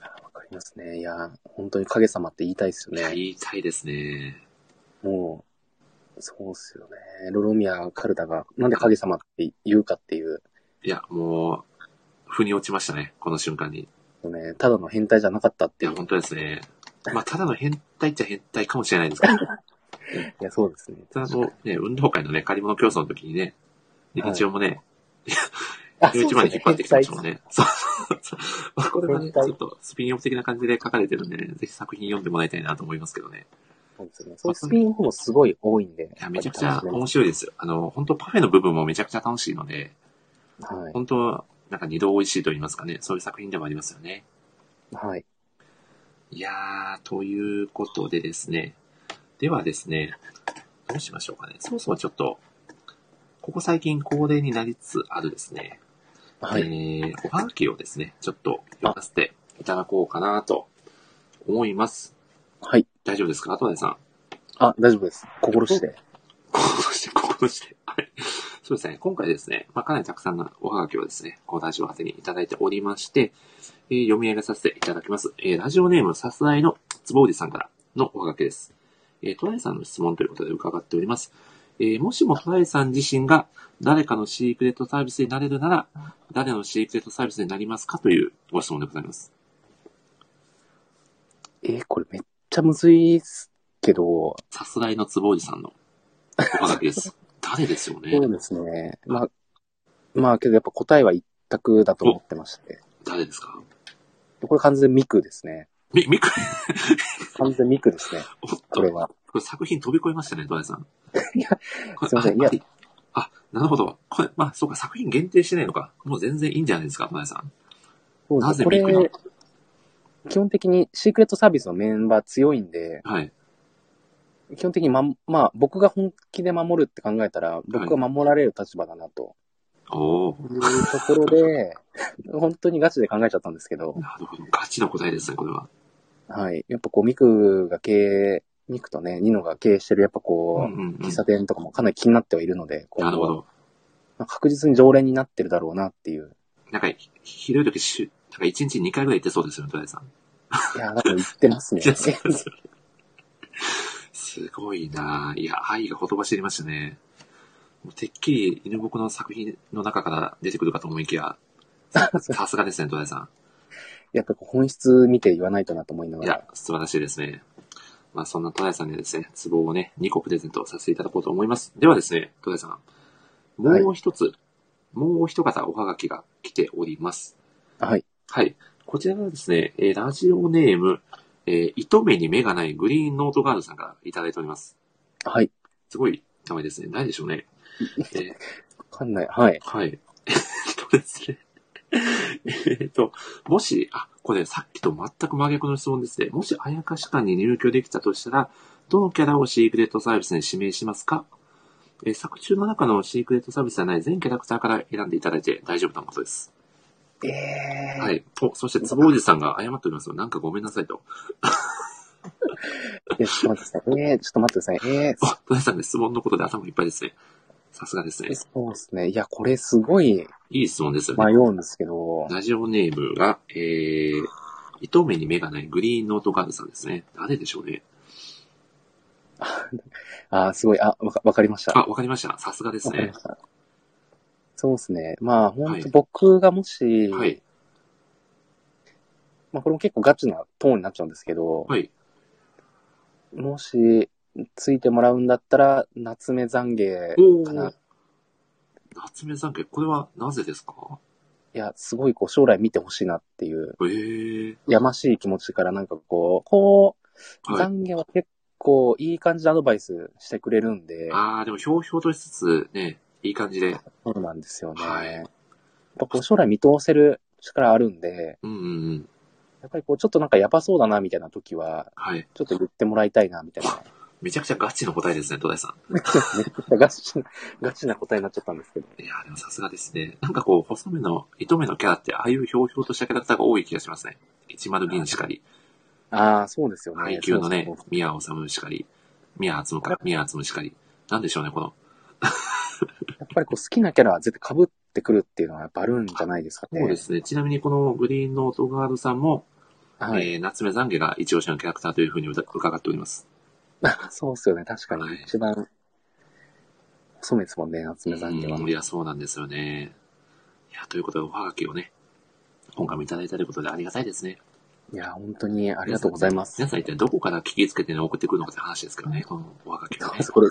わかりますね。いや、本当に影様って言いたいですよいや、ね。言いたいですね。もう、そうっすよね。ロロミア・カルダが、なんで影様って言うかっていう、いや、もう、腑に落ちましたね、この瞬間に。ね、ただの変態じゃなかったっいていや、う。本当ですね。まあ、ただの変態っちゃ変態かもしれないですけ <laughs> ど、いや、そうですね。ただのね、運動会のね、借り物競争の時にね、日はい日曜もね、あ11まで引っ張ってきてましたもんね。ね。そうそう <laughs> そう。まあ、これはね、変ち態ょっとスピンオフ的な感じで書かれてるんでね、ぜひ作品読んでもらいたいなと思いますけどね。そうですよね。そういうスピンオフもすごい多いんで。いや、めちゃくちゃ面は白いです。あの、本当パフェの部分もめちゃくちゃ楽しいので、い。本当なんか二度美味しいと言いますかね、そういう作品でもありますよね。はい。いやー、ということでですね。ではですね、どうしましょうかね。そもそもちょっと、ここ最近恒例になりつつあるですね、はえい。ー、おはがきをですね、ちょっと読ませていただこうかなと思います。はい。大丈夫ですか戸田さん。あ、大丈夫です。心して。心して、 <laughs> 心して。はい。そうですね。今回ですね、まあ、かなりたくさんのおはがきをですね、こう、ラジオ宛てにいただいておりまして、えー読み上げさせていただきます。えーラジオネーム、さすらいのつぼうじさんからのおはがきです。えー、トライさんの質問ということで伺っております。えーもしもトライさん自身が誰かのシークレットサービスになれるなら、誰のシークレットサービスになりますかというご質問でございます。えーこれめっちゃむずいっすけど、さすらいのつぼうじさんのおはがきです。誰でしょうね <laughs> そう。ですね。まあ、まあけどやっぱ答えは一択だと思ってまして。誰ですかこれ完全ミクですね。み、みく、完全ミクですね。おっことれ。は。これ作品飛び越えましたね、ドライさん。いやこれすいませんいあ、やありあなるほど。これ、まあ、そうか、作品限定してないのか。もう全然いいんじゃないですか、マヤさん。そうなですぜねこビッグなのれ、基本的にシークレットサービスのメンバー強いんで、はい。基本的にま、まあ、僕が本気で守るって考えたら、僕が守られる立場だな、とおおいうところで、本当にガチで考えちゃったんですけど、なるほど。ガチの答えですね、これは。はい。やっぱこう、ミクが経営、ミクとね、ニノが経営してる、やっぱうんこう、うんうん喫。茶店とかもかなり気になってはいるので、今なる後ほはど。まあ確実に常連になってるだろうなっていう。なんか、ひひどい時、しゅなんか一日2回ぐらい行ってそうですよね、トライさん。いやー、だから言ってますね <laughs> 。いやそうですよねすごいなぁ。いや、愛が言葉知りましたね。もうてっきり犬僕の作品の中から出てくるかと思いき <laughs> や、さすがですね、トライさ。やっぱこう本質見て言わないとなと思いなんがいらや。、素晴らしいですね。まあ、そんなトライさんにはですね、壺をね、2個プレゼントさせていただこうと思います。ではですね、トライさん、もう一つ、もう一方おはがきが来ております。はい。はい。こちらがですね、えーラジオネーム、えー糸目に目がないグリーンノートガールさんからいただいております。はい。すごい名前ですね。ないでしょうね。えーわかんない。はい。はい。 <laughs> えっとですね。えっと、もし、あ、これさっきと全く真逆の質問ですね。もし、あやかし館に入居できたとしたら、どのキャラをシークレットサービスに指名しますかえー作中の中のシークレットサービスではない全キャラクターから選んでいただいて大丈夫とのことです。ええはい。お、そして、つぼおじさんが謝っておりますよ。なんかごめんなさいと。いやちょっと待ってください。えー、ちょっと待ってください。えー、あ、皆さんね、質問のことで頭いっぱいですね。さすがですねそ。そうですね。いや、これすごいいい質問ですよね。迷うんですけど、ラジオネームが、えー、糸目に目がないグリーンノートガールさんですね。誰でしょうね。あーすごい、あ、わかわかりました。あ、わかりました。さすがですわかりねま。した。そうですね。まあ、本はい当僕がもし、はい。まあ、これも結構ガチなトーンになっちゃうんですけど、はい。もし、ついてもらうんだったら、夏目懺お悔かなー。。夏目さんけ、これはなぜですかいや、すごいこう、将来見てほしいなっていう、えー、やましい気持ちからなんかこう、こう、はい。懺悔は結構いい感じでアドバイスしてくれるんで、あー、でもひょうひょうとしつつ、ね、いい感じで。そうなんですよね。はいやっぱこう、将来見通せる力あるんで、うんうんうん。やっぱりこう、ちょっとなんかやばそうだなみたいな時は、はい。ちょっと言ってもらいたいなみたいな。めちゃくちゃガチの答えですね、戸田さん。めっちゃ <laughs> ガチな、ガチな答えになっちゃったんですけど。いやー、でもさすがですね。なんかこう、細目の、糸目のキャラって、ああいうひょうひょうとしたキャラクターが多い気がしますね。一丸銀しかり、ああ、そうですよね。配給のねそうそう、宮治しかり、宮集むか、宮集むしかり。なんでしょうね、この。やっぱりこう好きなキャラは絶対被ってくるっていうのはやっぱあるんじゃないですかね。そうですね。ちなみにこのグリーンノートガードさんも、はい。えー、夏目懺悔が一押しのキャラクターというふうに伺っております。そうですよね。確かはにい一番、そうですもんね、夏目さんではう。んいや、そうなんですよね。いや、ということで、おはがきをね、今回もいただいたということでありがたいですね。いや、本当にありがとうございます。皆さん一体どこから聞きつけてね、送ってくるのかって話ですけどね、このおはがきをそうねで。すこれ、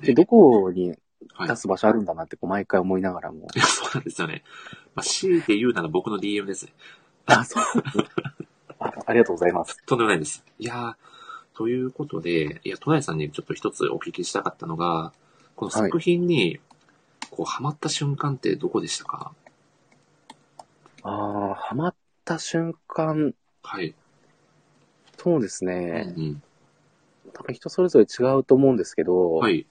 でどこにはい出す場所あるんだなってこう毎回思いながらも。いや、そうなんですよね。まあ、強いて言うなら僕の DM ですね。あ、そう。 <laughs> あありがとうございます。とんでもないです。いやー、ということで、いや、都内さんにちょっと一つお聞きしたかったのが、この作品に、こう、ハマった瞬間ってどこでしたかああ、ハマった瞬間、はい。そうですうね。ん。多分人それぞれ違うと思うんですけど、はい。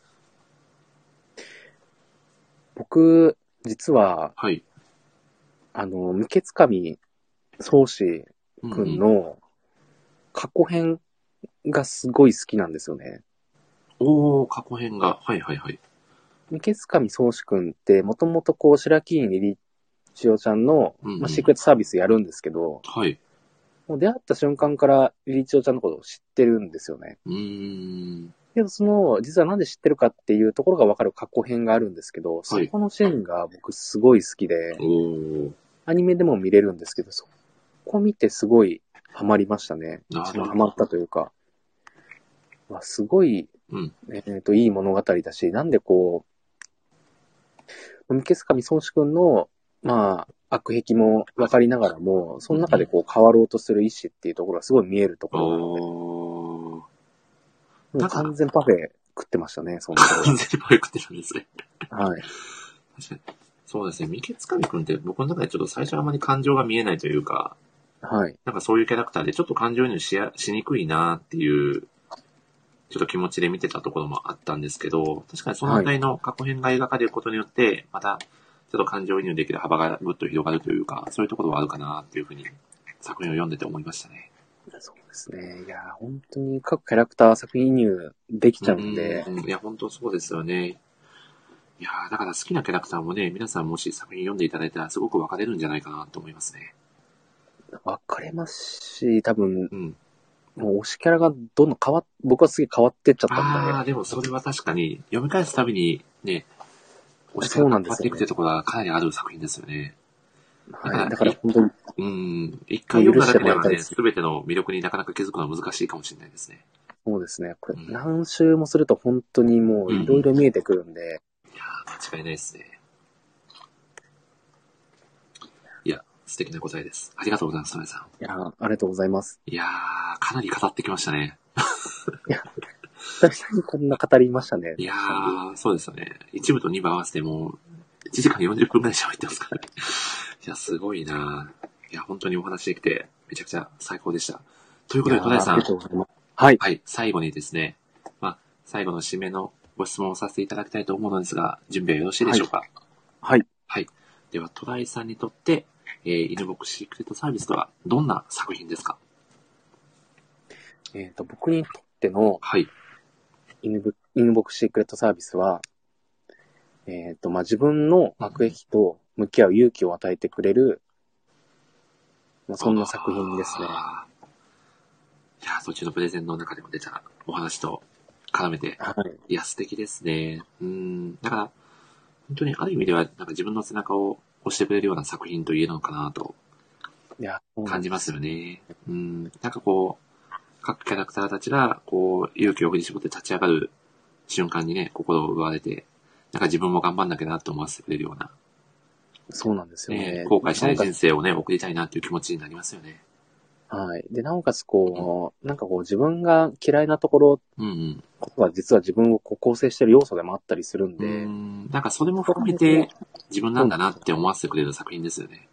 僕、実は、はい。あの、無血神宗師うんくんうん。の過去編がすごい好きなんですよね。おー、過去編が。はいはいはい。三毛神宗志くんって、もともとこう、白木院リリチオちゃんの、うんうんまあ、シークレットサービスやるんですけど、はい。もう出会った瞬間からリリチオちゃんのことを知ってるんですよね。うーん。けど、その、実はなんで知ってるかっていうところがわかる過去編があるんですけど、そこのシーンが僕すごい好きでお、ー、アニメでも見れるんですけど、そこ見てすごいハマりましたね。なるほどハマったというか。まあ、すごい、うんえっ、と、いい物語だし、なんでこう、三毛スカミ孫子くんの、まあ、悪癖も分かりながらも、その中でこう変わろうとする意志っていうところがすごい見えるところなので、おー。もう完全パフェ食ってましたね、その <laughs> 完全にパイクってるんですね。はい。確かに。そうですね。三毛つかみくんって僕の中でちょっと最初はあまり感情が見えないというか、はい。なんかそういうキャラクターでちょっと感情移入しやしにくいなっていう、ちょっと気持ちで見てたところもあったんですけど、確かにその辺りの過去編が描かれることによって、またちょっと感情移入できる幅がぐっと広がるというか、そういうところはあるかなっていうふうに作品を読んでて思いましたね。そうですね。いやー、本当に各キャラクター作品入できちゃうんで、うんいや、本当そうですよね。いやーだから好きなキャラクターもね、皆さんもし作品読んでいただいたらすごく分かれるんじゃないかなと思いますね。分かれますし、多分、うん。もう推しキャラがどんどん変わっ、僕はすげえ変わってっちゃったああー、んで、でもそれは確かに、読み返すたびにね、押してそうな頑んで張っすよねていくというところはかなりある作品ですよね。だはからい。だから本当に、うん。一回読んだだけで許してもらいはたいね、ですすべての魅力になかなか気づくのは難しいかもしれないですね。そうですね。これうん何周もすると本当にもういろいろ見えてくるんで、いやー間違いないですね。いや、素敵な答えです。ありがとうございます、トメさん。いやー、ありがとうございます。いやー、かなり語ってきましたね。久々にこんな語りましたね。いやー、そうですよね。一部と二部合わせてもう、1時間40分ぐらい喋ってますからね。 <laughs> いや、すごいなーいや、本当にお話できて、めちゃくちゃ最高でした。ということで、戸い田やー井さあんりが、とうございます。はい。はい、最後にですね、まあ、最後の締めのご質問をさせていただきたいと思うのですが、準備はよろしいでしょうか、はい。では、戸田井さんにとって、えー、犬ボックスシークレットサービスとは、どんな作品ですかえっ、と、僕にとってのはい。犬ぶ犬ボクシークレットサービスは、えっ、と、まあ、自分の悪役と向き合う勇気を与えてくれる、まあ、そんな作品ですね。あー。いやー、途中のプレゼンの中でも出たお話と絡めて、はい。いや、素敵ですね。うん。だから、本当にある意味では、なんか自分の背中を押してくれるような作品と言えるのかなといや、そうなん感じますよね。うん。なんかこう、各キャラクターたちが、こう、勇気を振り絞って立ち上がる瞬間にね、心を奪われて、なんか自分も頑張んなきゃなと思わせてくれるような、そうなんですよね。ね、後悔しないなお人か生をね、送りたいなっていう気持ちになりますよね。つはい。で、なおかつこう、なんかこう自分が嫌いなところうんうん。ことは実は自分をこう構成してる要素でもあったりするんうで、ん。なんかそれも含めて、自分なんだなって思わせてくれる作品ですよね。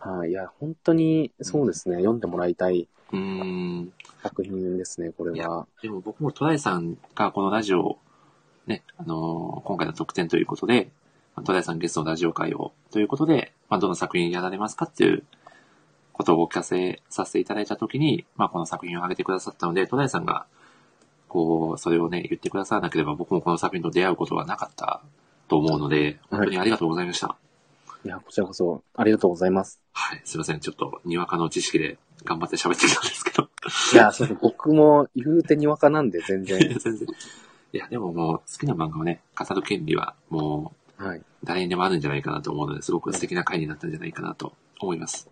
はい。いや、本当にそうですね。読んでもらいたいうん。作品ですね、これいやは。でも僕もトライさんがこのラジオを、ね、あのー今回の特典ということで、トライさんゲストのラジオ会をということで、まあ、どの作品やられますかっていうことをお聞かせさせていただいたときに、まあ、この作品を挙げてくださったので、トライさんが、こう、それをね、言ってくださらなければ僕もこの作品と出会うことはなかったと思うので、本当にありがとうございました。いや、こちらこそありがとうございます。はい、すいません。ちょっと、にわかの知識で頑張って喋ってきたんですけど。いや、そうそう、僕も言うてにわかなんで全いや <laughs> 然。全然。いや、でももう、好きな漫画をね、語る権利は、もう、はい。誰にでもあるんじゃないかなと思うので、すごく素敵な回になったんじゃないかなと思います。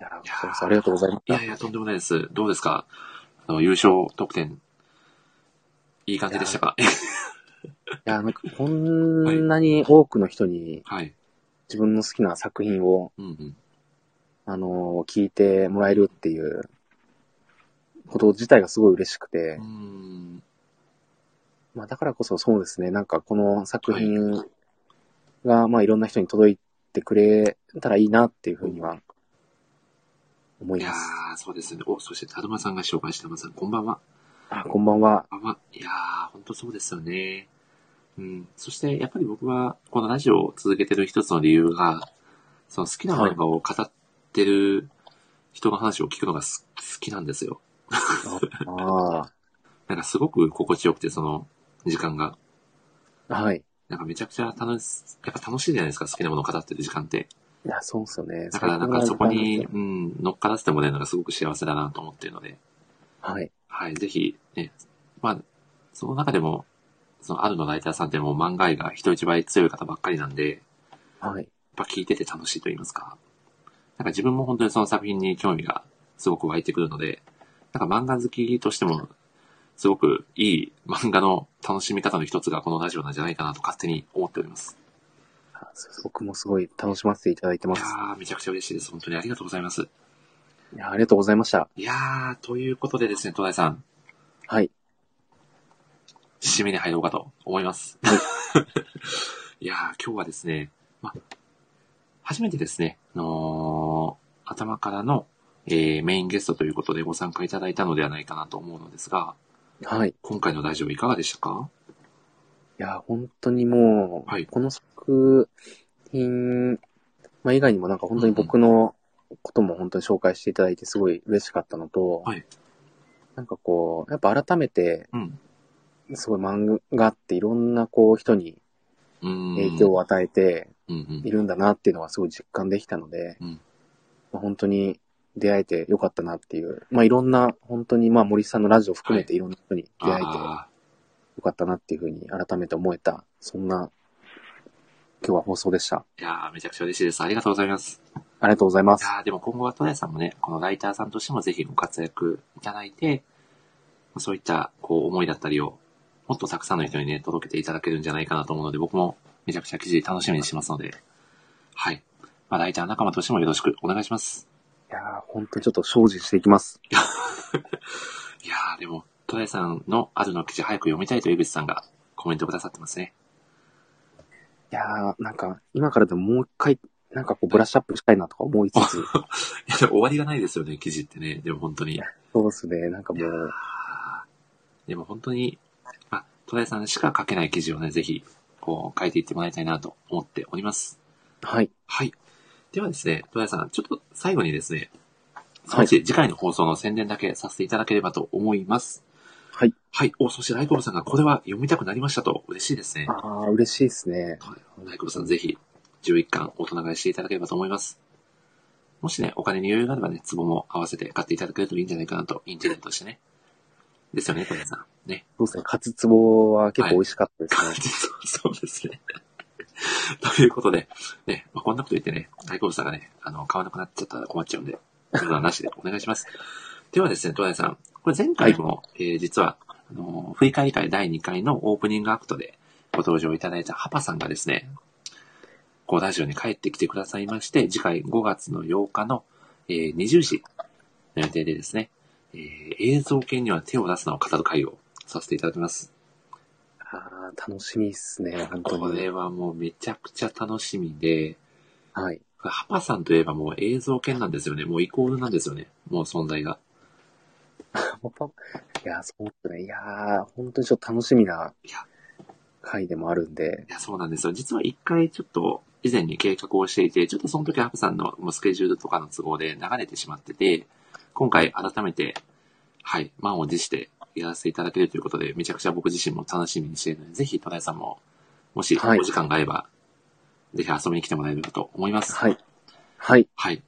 いや、こちらこそありがとうございましいた。やいや、とんでもないです。どうですかあの、優勝得点、いい感じでしたかいや、なんかこんなに多くの人にはい。自分の好きな作品を、うんうん。あの聞いてもらえるっていうこと自体がすごい嬉しくうてー、ん。まあだからこそそうですね、なんかこの作品が、まあいろんな人に届いてくれたらいいなっていうふうには思いいやます。ー、そうですね。お、そして、たどまさんが紹介したまさん、こんばんは。あ、こんばんは。あま、いやー、ほんとそうですよね。うん。そして、やっぱり僕は、このラジオを続けてる一つの理由が、その好きな漫画を語ってる人の話を聞くのがす好きなんですよ。あなんかすごく心地よくて、その時間が。あ、はい。なんかめちゃくちゃ楽し、やっぱ楽しいじゃないですか、好きなものを語ってる時間って。いや、そうっすよね。だからなんか最そ高こな時間ですによ、うん、乗っからせてもらえるのがすごく幸せだなと思ってるので。はい。はい、ぜひ、ね、まあ、その中でも、その、あるのライターさんってもう漫画愛が人一倍強い方ばっかりなんで、やっはい。ぱ聞いてて楽しいと言いますか。なんか自分も本当にその作品に興味がすごく湧いてくるので、なんか漫画好きとしても、すごくいい漫画の楽しみ方の一つがこのラジオなんじゃないかなと勝手に思っております。あそうそう僕もすごい楽しませていただいていまやす。ー、めちゃくちゃ嬉しいです。本当にありがとうございます。いや、ありがとうございました。いやー、ということでですね、東大さん、はい。 <laughs> 締めに入ろうかと思います。いいやー、今日はですね、まあ、初めてですね、あのー頭からの、えーメインゲストということでご参加いただいたのではないかなと思うのですが、はい。い今回の大丈夫いかがでしたかや、本当にもう、はいこの作品、まあ、以外にもなんか本当に僕のことも本当に紹介していただいてすごい嬉しかったのと、はいなんかこう、やっぱ改めて、うん。すごい漫画っていろんなこう人にうーん。影響を与えてうんうん。いるんだなっていうのはすごい実感できたので、うんまあ本当に出会えてよかったなっていう、まあいろんな、本当にまあ森さんのラジオ含めていろんな人に出会えてよあかったなっていうふうに改めて思えた、そんな今日は放送でした。ーいやー、めちゃくちゃ嬉しいです。ありがとうございます。ありがとうございまいす。やーでも今後はトライさんもね、このライターさんとしてもぜひご活躍いただいて、まあそういったこう思いだったりを、もっとたくさんの人にね、届けていただけるんじゃないかなと思うので、僕もめちゃくちゃ記事楽しみにしてますので、はい。まあ、ライター仲間としてもよろしくお願いします。いやー本当にちょっと精進していきます。いやーでも、トライさんのあるの記事早く読みたいと江口さんがコメントくださってますね。いやーなんか今からでももう一回、なんかこうブラッシュアップしたいなとか思いつつ、いや、でも終わりがないですよね、記事ってね。でも本当に。 <laughs> そうですね、なんかもう、あーでも本当に、まあ、戸田さんしか書けない記事をね、ぜひ、こう、書いていってもらいたいなと思っております。はい。はい。ではですね、戸田さん、ちょっと最後にですね、は少いし次回の放送の宣伝だけさせていただければと思います。はい。はい。お、そしてライコブさんがこれは読みたくなりましたと嬉しいですね。ああ、嬉しいですね。はいライコブさん、ぜひ、11巻大人買いしていただければと思います。もしね、お金に余裕があればね、壺も合わせて買っていただけるといいんじゃないかなと、インテリアとしてね。ですよね、戸田さん。ね。そうですね、カツツボは結構美味しかったですね。 <laughs> そうそうですね。ということで、ね、まあ、こんなこと言ってね、大好物さんがね、あの、買わなくなっちゃったら困っちゃうんで、そんなのはなしでお願いします。ではですね、戸谷さん、これ前回も、えー実は、あのー振り返り会第2回のオープニングアクトでご登場いただいたハパさんがですね、こうラジオに帰ってきてくださいまして、次回5月の8日の、えー20時の予定でですね、えー映像系には手を出すなを語る会をさせていただきます。ああ、楽しみですね、本当こに。れはもうめちゃくちゃ楽しみで、はい。ハパさんといえばもう映像系なんですよね。もうイコールなんですよね。もう存在が。パパいやー、そうですね。いやー、本当にちょっと楽しみないや回でもあるんで。いや、そうなんですよ。実は一回ちょっと以前に計画をしていて、ちょっとその時ハパさんのもうスケジュールとかの都合で流れてしまってて、今回改めて、はい、満を持してやらせていただけるということで、めちゃくちゃ僕自身も楽しみにしているので、ぜひ、トライさんも、もしはいお時間があれば、ぜひ遊びに来てもらえればと思います。はい。はい。はい。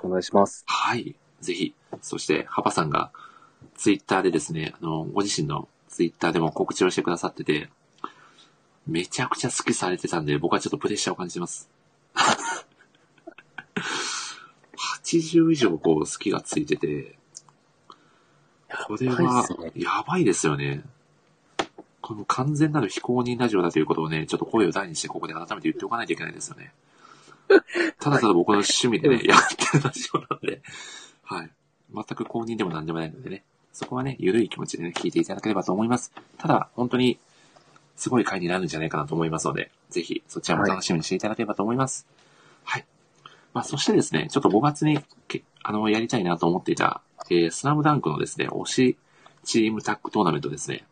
お願いします。はい。ぜひ。そして、ハパさんが、ツイッターでですね、あの、ご自身のツイッターでも告知をしてくださってて、めちゃくちゃ好きされてたんで、僕はちょっとプレッシャーを感じてます。80以上こう好きがついてて、これやばいはっすね、やばいですよね。この完全なる非公認ラジオだということをね、ちょっと声を大にしてここで改めて言っておかないといけないですよね。ただただ僕の趣味で <laughs> ね、やってるラジオなんで、はい。全く公認でも何でもないのでね、そこはね、ゆるい気持ちでね、聞いていただければと思います。ただ、本当に、すごい回になるんじゃないかなと思いますので、ぜひ、そちらも楽しみにしていただければと思います。はい。まあ、そしてですね、ちょっと5月にけ、あの、やりたいなと思っていた、えー、スラムダンクのですね、推しチームタッグトーナメントですね。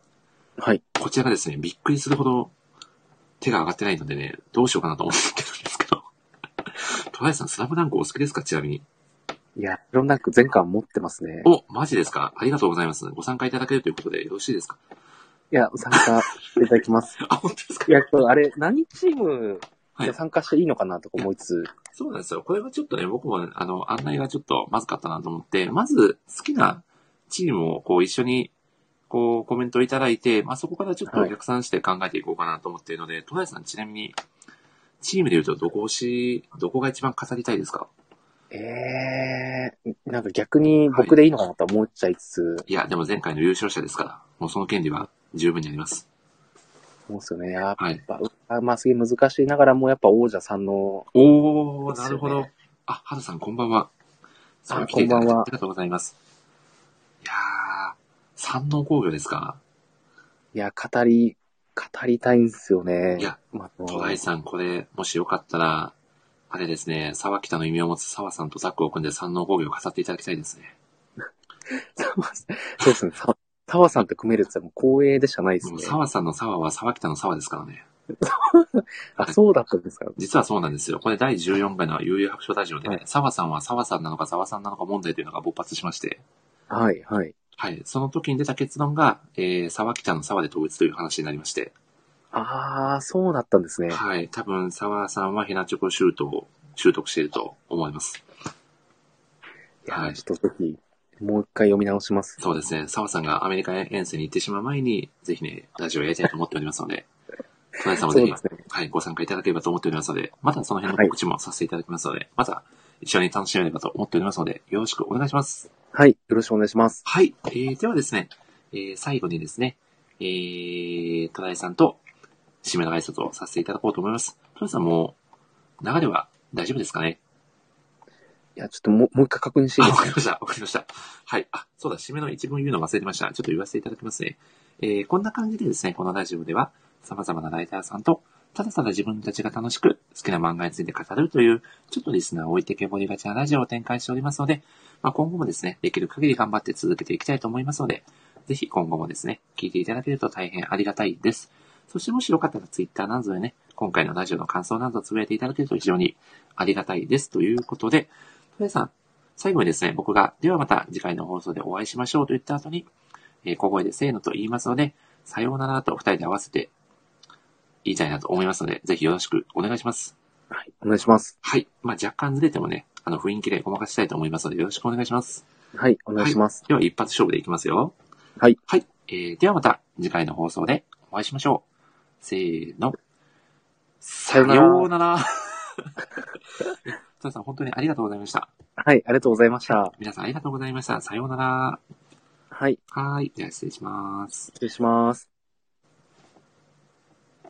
はい。こちらがですね、びっくりするほど手が上がってないのでね、どうしようかなと思ってるんですけど。トライさん、スラムダンクお好きですかちなみに。いや、いろんな前回持ってますね。お、マジですかありがとうございます。ご参加いただけるということでよろしいですかいや、参加いただ <laughs> きます。あ、本当ですかいや、これあれ、何チームはいが参加していいのかなとか思いつつ、そうなんですよ。これはちょっとね、僕も、あの、案内がちょっとまずかったなと思って、まず好きなチームをこう一緒に、こうコメントいただいて、まあ、そこからちょっとはい逆算して考えていこうかなと思っているので、戸谷さんちなみに、チームで言うとどこ推し、どこが一番飾りたいですかええー、なんか逆に僕でいいのかなとは思っちゃいつつ、いや、でも前回の優勝者ですから、もうその権利は十分にあります。思うんですよね。やっはい。ぱ、うわまあすげえ難しいながらも、やっぱ王者さんの、おーなるほど。あ、はるさん、こんばんは。あそう来ていただいてこんばんはありがとうございます。いやー、山王工業ですかいや、語り語りたいんですよね。いや、まあ、戸外さん、これ、もしよかったら、あれですね、沢北の意味を持つ沢さんとザックを組んで山王工業を飾っていただきたいですね。そうですね。さタワさんと組めるって言ったらもう光栄でしかないですもうね。沢さんの沢は沢北の沢ですからね。あ、そうだったんですか。実はそうなんですよ。これ第14回の悠々白書ラジオで、はい沢さんは沢さんなのか沢さんなのか問題というのが勃発しまして、はい、はい。はい。その時に出た結論が、えー、沢北の沢で統一という話になりまして、あー、そうだったんですね。はい。多分、沢さんはヘナチョコシュートを習得していると思います。いやはー、いちょっとぜひ、もう一回読み直します。そうですね。澤さんがアメリカ遠征に行ってしまう前に、ぜひね、ラジオやりたいと思っておりますので、小林さんもそぜうひ、ですね。はい、ご参加いただければと思っておりますので、またその辺の告知もさせていただきますので、また一緒に楽しめればと思っておりますので、よろしくお願いします。はい、よろしくお願いします。はい。えー、ではですね、えー、最後にですね、えー、戸田さんと締めの挨拶をさせていただこうと思います。戸田さんも、流れは大丈夫ですかねいや、ちょっともうもう一回確認していいあ、ですわかかりました。わかりました。はい。あ、そうだ、締めの一文言うの忘れてました。ちょっと言わせていただきますね。えー、こんな感じでですね、このラジオでは、様々なライターさんと、ただただ自分たちが楽しく好きな漫画について語るという、ちょっとリスナーを置いてけぼりがちなラジオを展開しておりますので、まあ、今後もですね、できる限り頑張って続けていきたいと思いますので、ぜひ今後もですね、聞いていただけると大変ありがたいです。そしてもしよかったら Twitter などでね、今回のラジオの感想などをつぶやいていただけると非常にありがたいです。ということで、皆さん、最後にですね、僕が、ではまた次回の放送でお会いしましょうと言った後に、えー小声でせーのと言いますので、さようならと二人で合わせて言いたいなと思いますので、ぜひよろしくお願いします。はい、お願いします。はい。まあ、若干ずれてもね、あの、雰囲気でごまかしたいと思いますので、よろしくお願いします。はい、お願いします。では、一発勝負でいきますよ。はい。はい。えー、ではまた次回の放送でお会いしましょう。せーの。さようならようなら。 <laughs> 皆さん、本当にありがとうございました。はい、ありがとうございました。皆さん、ありがとうございました。さようなら。はい、はーい。じゃあ失礼します。失礼します。